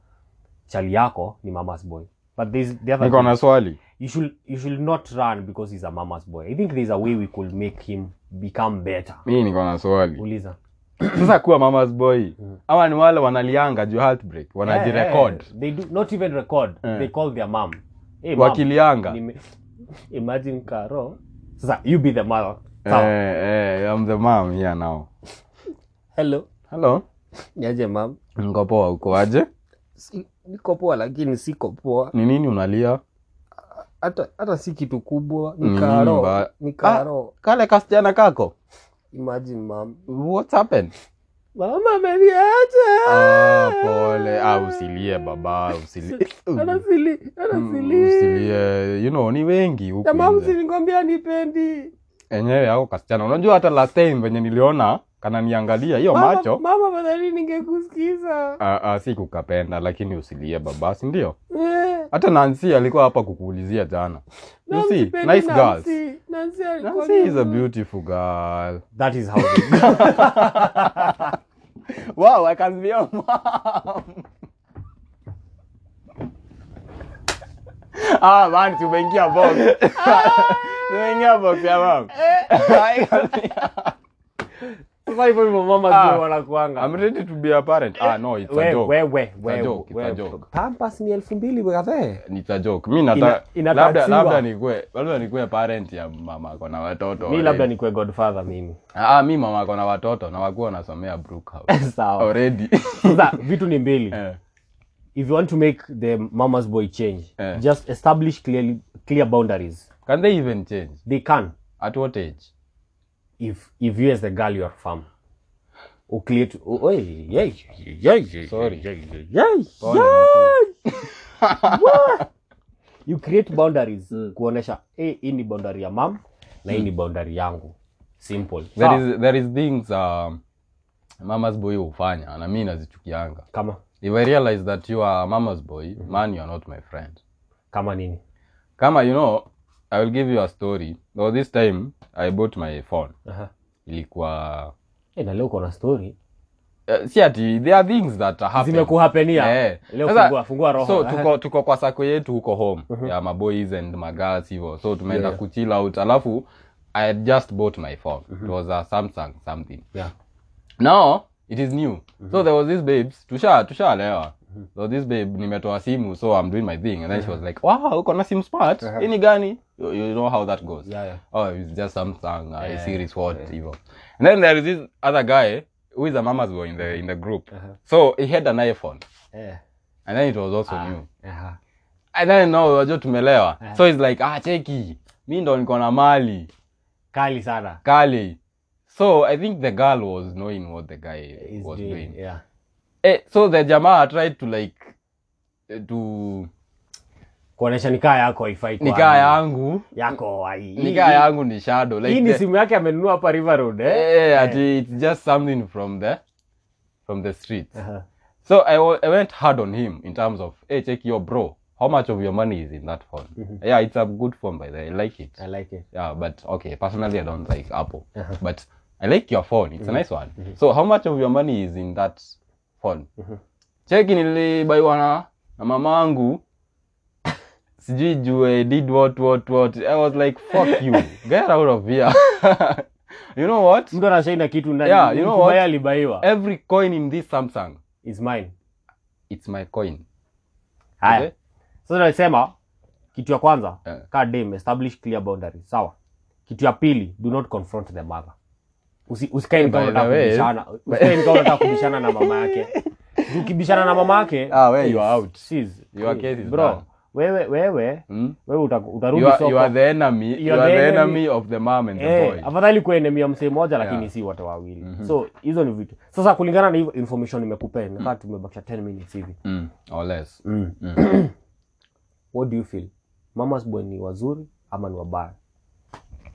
Speaker 2: chali yako ni mamas boy but there's the other
Speaker 3: niko na swali
Speaker 2: you should you should not run because he's a mama's boy i think there's a way we could make him become better
Speaker 3: mii niko na swali
Speaker 2: uliza
Speaker 3: sasa kuwa mamas boy ama ni wale wanalianga juu heartbreak wanajirekod
Speaker 2: Mm. Eh, eh, they do not even record
Speaker 3: Eh.
Speaker 2: they call their mom hey, mom,
Speaker 3: wakilianga
Speaker 2: nime- imagine karo sasa you be the mother sawa
Speaker 3: eh, eh, I'm the mom here now
Speaker 2: hello
Speaker 3: hello
Speaker 2: niaje mam
Speaker 3: niko poa uko aje
Speaker 2: Si- niko poa lakini siko poa
Speaker 3: ni nini unalia
Speaker 2: hata hata si kitu kubwa
Speaker 3: Mm,
Speaker 2: ni karo
Speaker 3: ba- Ah!
Speaker 2: ni karo
Speaker 3: kale kasijana kako
Speaker 2: imagine mam
Speaker 3: what's happened
Speaker 2: mama ameniacha
Speaker 3: ah, pole ah, usilie baba usilie Mm,
Speaker 2: anasili anasili
Speaker 3: usilie you know ni wengi huku
Speaker 2: jamaa
Speaker 3: nje.
Speaker 2: msinikwambia nipendi
Speaker 3: enyewe yako kasichana unajua hata last time venye niliona kananiangalia hiyo
Speaker 2: Mama-
Speaker 3: macho
Speaker 2: mama badhali ningekusikiza
Speaker 3: ah, ah, si kukapenda lakini usilie baba sindio
Speaker 2: Eh,
Speaker 3: hata nansi alikuwa hapa kukuulizia jana you see
Speaker 2: namsipendi
Speaker 3: nice girls
Speaker 2: Nancy. Nancy alikuwa
Speaker 3: nancy is a
Speaker 2: nzuri.
Speaker 3: beautiful girl
Speaker 2: That is how they
Speaker 3: wow i can be your mom ah man tumeingia box Ah. tumeingia box ya mom I can be your-
Speaker 2: Sasa hivyo hivyo mama
Speaker 3: Ah.
Speaker 2: zile wanakuanga.
Speaker 3: i'm ready to be a parent ah no it's a
Speaker 2: We-
Speaker 3: joke
Speaker 2: we- we-
Speaker 3: a
Speaker 2: we-
Speaker 3: joke, it's
Speaker 2: we-
Speaker 3: a joke.
Speaker 2: Pampers ni elfu mbili bwekathe
Speaker 3: It's a joke mi nata
Speaker 2: Ina-
Speaker 3: labda
Speaker 2: inataxiwa.
Speaker 3: labda nikue labda nikue parent ya mama ako na watoto
Speaker 2: mi
Speaker 3: already.
Speaker 2: labda nikwe godfather mimi
Speaker 3: ah ah, mi mama ako na watoto na wakuwa wanasomea brookhouse
Speaker 2: sawa
Speaker 3: already
Speaker 2: sasa vitu ni mbili
Speaker 3: Oh, Eh,
Speaker 2: if you want to make the mama's boy change
Speaker 3: Eh.
Speaker 2: just establish clearly, clear boundaries
Speaker 3: can they even change
Speaker 2: they can
Speaker 3: at what age
Speaker 2: if if you as the girl you are firm uclear oh, yeah, yeah, yeah,
Speaker 3: Sorry.
Speaker 2: yeah, yeah,
Speaker 3: Pole,
Speaker 2: yeah. you create boundaries
Speaker 3: Mm.
Speaker 2: kuonesha hey, hii ni boundary ya mam na hii ni boundary yangu simple
Speaker 3: there
Speaker 2: Sawa.
Speaker 3: Mm. is there is things um, mama's boy hufanya na mi nazichukianga
Speaker 2: kama
Speaker 3: if i realize that you are a mama's boy man you are not my friend
Speaker 2: kama nini
Speaker 3: kama you know i will give you a story so this time i bought my phone
Speaker 2: Aha.
Speaker 3: ilikuwa
Speaker 2: Eh, na leo uko na story
Speaker 3: uh, si ati there are things that happen.
Speaker 2: zimekuhapenia
Speaker 3: Eh.
Speaker 2: leo
Speaker 3: Sasa-
Speaker 2: fungua, fungua roho Uh-huh.
Speaker 3: so tuko, tuko kwa sako yetu huko home ya maboys and magas hivo so tumeenda
Speaker 2: Yeah.
Speaker 3: kuchill out alafu i had just bought my phone
Speaker 2: Uh-huh.
Speaker 3: it was a samsung something
Speaker 2: yeah.
Speaker 3: now it is new
Speaker 2: Uh-huh.
Speaker 3: so there was this babes tusha tushalewa so this babe nimetoa simu so i'm doing my thing and then she
Speaker 2: Uh-huh.
Speaker 3: was like wow uko na sim smart hii ni gani you, you know how that goes
Speaker 2: Yeah, yeah.
Speaker 3: oh it's just samsung uh, series what hivyo and then there is this other guy who is a mama's boy in the in the group
Speaker 2: Uh-huh.
Speaker 3: so he had an iphone
Speaker 2: Eh.
Speaker 3: and then it was also
Speaker 2: Ah.
Speaker 3: new
Speaker 2: Aha.
Speaker 3: and then no unajua tumelewa so it's like ah cheki mi ndo niko na mali
Speaker 2: kali sana
Speaker 3: kali so i think the girl was knowing what the guy
Speaker 2: Is
Speaker 3: was
Speaker 2: doing,
Speaker 3: doing
Speaker 2: yeah.
Speaker 3: eh, so the jamaa tried to like eh, to
Speaker 2: kuonesha nikaa yako haifai kwa
Speaker 3: nikaa
Speaker 2: hii.
Speaker 3: yangu
Speaker 2: yako hai- hii-
Speaker 3: nikaa yangu ni shadow like
Speaker 2: hii ni
Speaker 3: the-
Speaker 2: simu yake amenunua hapa river road eh?
Speaker 3: eh, ati it's just something from the from the streets
Speaker 2: Aha.
Speaker 3: so I, wa- I went hard on him in terms of hey check your bro how much of your money is in that phone
Speaker 2: Mm-hmm.
Speaker 3: yeah it's a good phone by the way i like it
Speaker 2: I like it.
Speaker 3: yeah but okay personally i don't like apple
Speaker 2: Uh-huh.
Speaker 3: but i like your phone it's a nice one so how much of your money is in that phone cheki nilibaiwa na ah, na mama angu sijui juu I did what what what i was like fuck you get out of here you know what
Speaker 2: mtu anashaina kitu ndani,
Speaker 3: Yeah, you know
Speaker 2: mtu ambaye
Speaker 3: what? Eh.
Speaker 2: alibaiwa
Speaker 3: every coin in this samsung
Speaker 2: It's mine
Speaker 3: it's my coin
Speaker 2: haya
Speaker 3: Okay?
Speaker 2: sasa nasema kitu ya kwanza
Speaker 3: Eh.
Speaker 2: kaa dem establish clear boundaries sawa kitu ya pili do not confront the mother Usi- usikae ni kama
Speaker 3: By the
Speaker 2: unataka
Speaker 3: way-
Speaker 2: kubishana usikae ni kama unataka kubishana na mama yake ukibishana na mama yake
Speaker 3: Ah, we, you are out.
Speaker 2: sis,
Speaker 3: Your case is
Speaker 2: bro
Speaker 3: done.
Speaker 4: wewe wewe
Speaker 3: Mm?
Speaker 4: wewe uta- utarudi
Speaker 3: You are,
Speaker 4: soko.
Speaker 3: you are the enemy. You are the enemy of the mom and the
Speaker 4: Eh,
Speaker 3: boy.
Speaker 4: afadhali kuwa enemy ya msee moja lakini
Speaker 3: Yeah. Mhm.
Speaker 4: si wote wawili so hizo ni vitu sasa kulingana na hiyo information nimekupea nikaa tumebakisha 10 minutes hivi
Speaker 3: Mm, or less.
Speaker 4: what do you feel mamas boy ni wazuri ama ni wabaya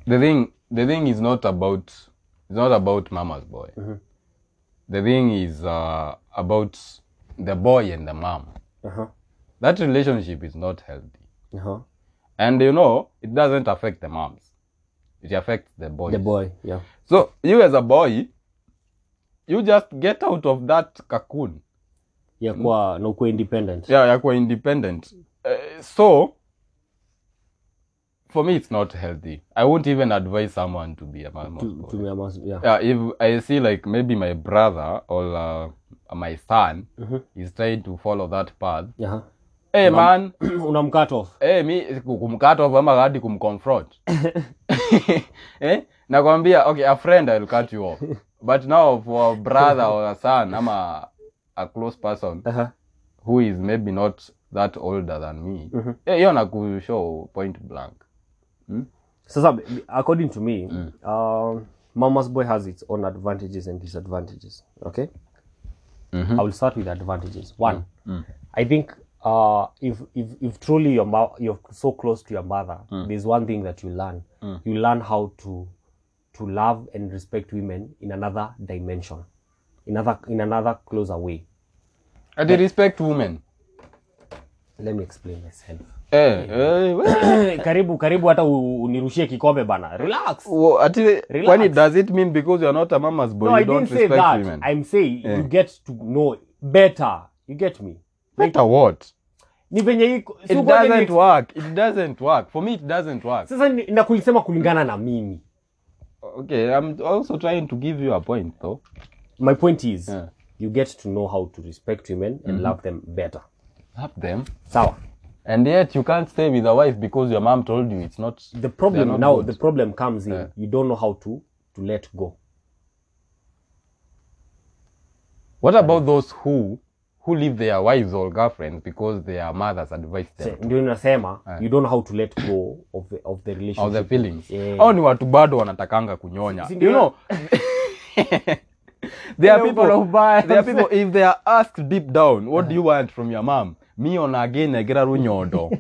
Speaker 3: the thing the thing is not about it's not about mama's boy
Speaker 4: Mm-hmm.
Speaker 3: the thing is uh, about the boy and the mom
Speaker 4: uh-huh.
Speaker 3: that relationship is not healthy
Speaker 4: Uh-huh.
Speaker 3: and you know it doesn't affect the moms it affects the boys
Speaker 4: the boy yeah
Speaker 3: so you as a boy you just get out of that cocoon
Speaker 4: ya kuwa na ukuwe independent
Speaker 3: yeah yakuwa independent uh, so for me it's not healthy i won't even advise someone to be a mama's
Speaker 4: Tu-
Speaker 3: boy
Speaker 4: tumia mas- yeah.
Speaker 3: yeah, if I see like maybe my brother or uh, my son is trying to follow that path,
Speaker 4: Yeah.
Speaker 3: hey man,
Speaker 4: una mkat off
Speaker 3: hey mi kumkata off ama hadi kumconfront eh? Nakwambia okay, a friend will cut you off, but now for a brother or a son ama a close person
Speaker 4: Aha.
Speaker 3: who is maybe not that older than me, eh, hiyo nakushow point blank.
Speaker 4: sasa b- b- according to me um, mama's boy has its own advantages and disadvantages okay i will start with advantages one i think uh, if, if, if truly your mo- you're so close to your mother there's one thing that you learn you learn how to to love and respect women in another dimension in another, in another closer way
Speaker 3: And they respect women.
Speaker 4: let me explain myself
Speaker 3: Eh, eh, we-
Speaker 4: karibu karibu hata u- unirushie kikombe bana relax
Speaker 3: Well, at least,
Speaker 4: Relax.
Speaker 3: when it does it mean because you're not a mama's boy,
Speaker 4: no,
Speaker 3: you
Speaker 4: I
Speaker 3: don't
Speaker 4: didn't say
Speaker 3: respect
Speaker 4: that.
Speaker 3: women?
Speaker 4: I'm saying you get to know better. You get me?
Speaker 3: Better what?
Speaker 4: Ni venye iko. si
Speaker 3: It
Speaker 4: ugonje ni-
Speaker 3: doesn't work. It doesn't work. For me, it doesn't work.
Speaker 4: Sasa ni- nakulisema kulingana na mimi.
Speaker 3: Okay, I'm also trying to give you a point, though.
Speaker 4: My point is
Speaker 3: Yeah. Mm-hmm.
Speaker 4: you get to know how to respect women and love them better.
Speaker 3: Help them.
Speaker 4: Sawa.
Speaker 3: And yet, you can't stay with a wife because your mom told you it's not.
Speaker 4: The
Speaker 3: they are
Speaker 4: problem
Speaker 3: not
Speaker 4: now
Speaker 3: good.
Speaker 4: the problem comes in
Speaker 3: Yeah.
Speaker 4: you don't know how to to let go.
Speaker 3: What about those who who leave their wives or girlfriends because their mothers advised them?
Speaker 4: Se- Ndio ninasema you don't know how to let go of the, of the
Speaker 3: Of the
Speaker 4: relationship.
Speaker 3: feelings.
Speaker 4: Yeah.
Speaker 3: Au ni watu bado wanatakanga kunyonya.
Speaker 4: Si
Speaker 3: You
Speaker 4: ndio-
Speaker 3: know, there are
Speaker 4: Ile
Speaker 3: people
Speaker 4: uko na ubaya.
Speaker 3: there are people if they are asked deep down what do you want from your mom me on again egira runyondo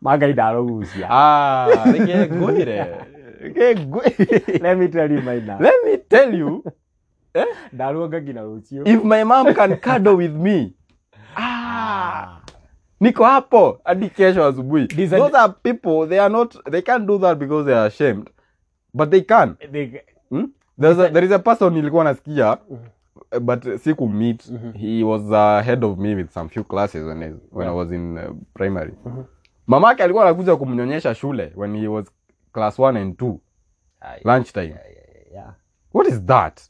Speaker 4: Maga idaruhusia.
Speaker 3: ah kegwire kegwire
Speaker 4: Let me tell you my now.
Speaker 3: let me tell you
Speaker 4: Daruoga kinaruhusia.
Speaker 3: if my mom can cuddle with me ah niko hapo hadi kesho asubuhi
Speaker 4: These are-
Speaker 3: those are people they are not they can't do that because they are ashamed but they can
Speaker 4: They-
Speaker 3: Hmm? There's a, there is a person nilikuwa nasikia eh, but eh, siku meet he was uh, head of me with some few classes when I, when I was in uh, primary mamake alikuwa anakuja kumnyonyesha shule when he was class 1 and 2 lunch time
Speaker 4: yeah.
Speaker 3: what is that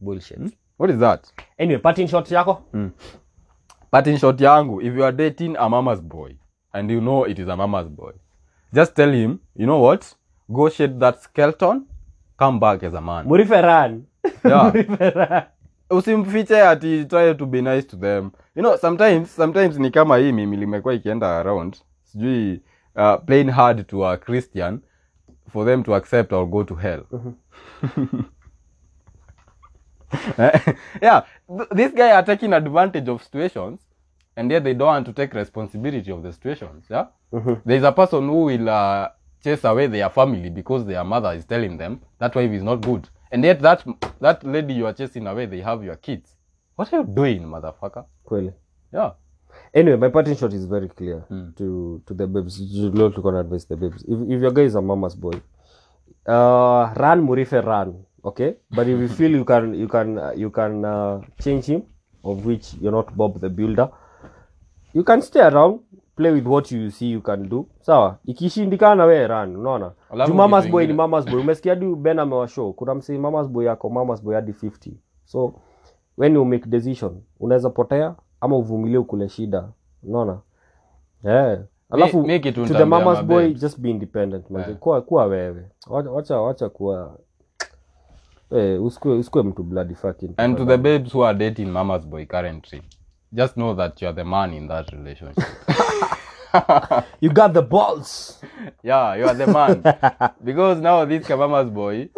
Speaker 4: Bullshit.
Speaker 3: what is that
Speaker 4: anyway parting shot yako
Speaker 3: but in short yangu if you are dating a mama's boy and you know it is a mama's boy just tell him you know what go shed that skeleton come back as a man
Speaker 4: muriferan
Speaker 3: yeah usimfiche ati try to be nice to them you know sometimes sometimes ni kama hii mimi limekuwa ikienda around sijui uh, playing hard to a christian for them to accept or go to hell Eh, yeah th- this guy are taking advantage of situations and yet they don't want to take responsibility of the situations yeah there is a person who will uh, chase away their family because their mother is telling them that wife is not good and yet that that lady you are chasing away they have your kids what are you doing motherfucker
Speaker 2: kweli
Speaker 3: yeah
Speaker 2: anyway my parting shot is very clear
Speaker 3: Hmm.
Speaker 2: to to the babes lo tuko na advice the babes if, if your guy is a mama's boy uh, run murife run okay but if you feel you can you can uh, you can uh, change him of which you're not bob the builder you can stay around play with what you see you can do sawa ikishindikana we run unaona
Speaker 3: Alafu
Speaker 2: Juu mamas
Speaker 3: kitu
Speaker 2: boy ni
Speaker 3: ingine.
Speaker 2: mamas boy umesikia hadi ben amewashow kuna msii mamas boy yako mamas boy hadi 50 so when you make decision unaweza potea ama uvumilie ukule shida unaona yeah. alafu
Speaker 3: mi kitu
Speaker 2: to the
Speaker 3: nitaambia
Speaker 2: mamas
Speaker 3: mababe.
Speaker 2: boy just be independent manze.
Speaker 3: Yeah.
Speaker 2: kuwa, kuwa wewe wacha wacha, wacha kuwa eh usikue usikue mtu bloody fucking
Speaker 3: and to the babes who are dating mama's boy currently just know that you're the man in that relationship
Speaker 2: you got the balls
Speaker 3: yeah you are the man because now this kabama's boy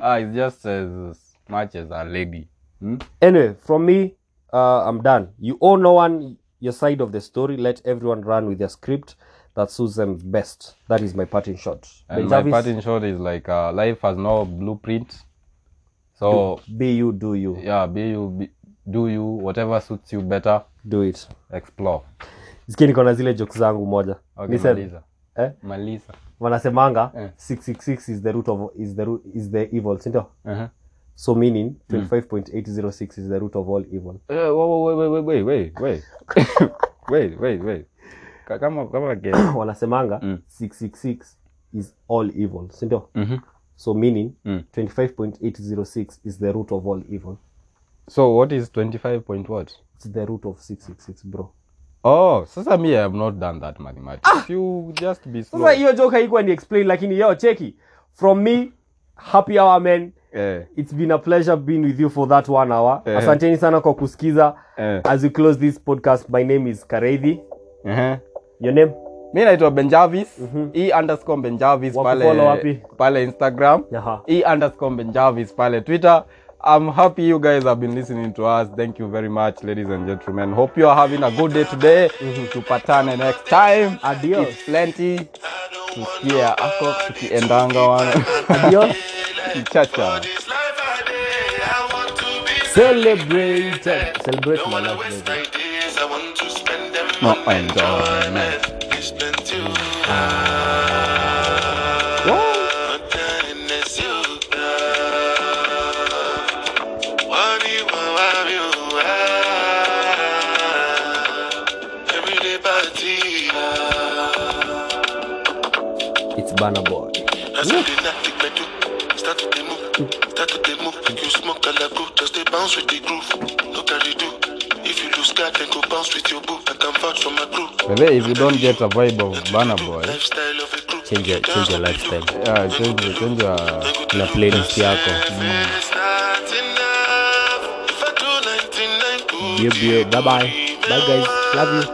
Speaker 3: ah, is just as much as a lady hmm?
Speaker 2: anyway from me uh, i'm done you all know one your side of the story let everyone run with their script that suits them best that is my parting shot
Speaker 3: and my
Speaker 2: Benjavis,
Speaker 3: part in short is like uh, life has no blueprint so
Speaker 2: be you do you
Speaker 3: yeah be you be, do you whatever suits you better
Speaker 2: do it
Speaker 3: explore
Speaker 2: sikia niko na zile jokes zangu moja
Speaker 3: okay,
Speaker 2: Niseme.
Speaker 3: maliza
Speaker 2: Eh?
Speaker 3: maliza
Speaker 2: wanasemanga
Speaker 3: Eh.
Speaker 2: 666 is the root of is the root, is the evil sindio
Speaker 3: uh-huh.
Speaker 2: so
Speaker 4: Mm.
Speaker 2: meaning 25.806 is the root of all evil
Speaker 3: Eh, wa- wa- wa- wa- wa- wait, wait, wait. Wait, wait, wait. Ka- kama- kama ke-
Speaker 2: wanasemanga
Speaker 3: Mm.
Speaker 2: 666 is all evil sindio
Speaker 4: Mm-hmm.
Speaker 3: Mhm.
Speaker 2: so meaning
Speaker 3: Mm.
Speaker 2: 25.806 is the root of all evil
Speaker 3: so what is 25 point what
Speaker 2: it's the root of 666 bro
Speaker 3: oh sasa me i have not done that mathematics you just be slow
Speaker 4: sasa hiyo joke haikuwa ni explain lakini yo cheki from me happy hour men
Speaker 3: eh,
Speaker 4: it's been a pleasure being with you for that one hour
Speaker 3: Eh.
Speaker 4: asanteni sana kwa kusikiza
Speaker 3: eh.
Speaker 4: as we close this podcast my name is kareithi
Speaker 3: uh-huh.
Speaker 4: your name
Speaker 3: mi naitwa benjavis e underscore benjavis
Speaker 4: Wakufollow wapi?
Speaker 3: pale, pale instagram
Speaker 4: Aha.
Speaker 3: e underscore benjavis pale twitter i'm happy you guys have been listening to us thank you very much ladies and gentlemen hope you are having a good day today tupatane next time
Speaker 4: Adios.
Speaker 3: It's plenty tusikia ako tukiendanga wana
Speaker 4: Adios.
Speaker 3: chacha
Speaker 5: This life I live, I want to be
Speaker 4: celebrated celebrate
Speaker 5: Don't
Speaker 4: my
Speaker 5: wanna
Speaker 4: life
Speaker 5: waste
Speaker 4: baby.
Speaker 5: my days, I want to spend them
Speaker 3: No,
Speaker 5: on
Speaker 3: enjoyment.
Speaker 5: enjoyment. It's plenty of nothing is you, ah. One you are, you are. Everyday party, ah.
Speaker 4: it's Burna boy
Speaker 5: As you dey knock, take my do. Start to dey move, start to dey move. You smoke alago, just dey bounce with the groove. No carry do. If you lose card, then go bounce with your boo. I can vouch for my crew.
Speaker 3: Bele, if you don't get a vibe of Burna Boy,
Speaker 5: Lifestyle of a crew.
Speaker 6: change your, change your lifestyle Ah,
Speaker 3: yeah, change, your- change your
Speaker 6: na playlist yako Mm.
Speaker 5: It's not enough. If I do 99, good.
Speaker 6: bye bye bye guys love you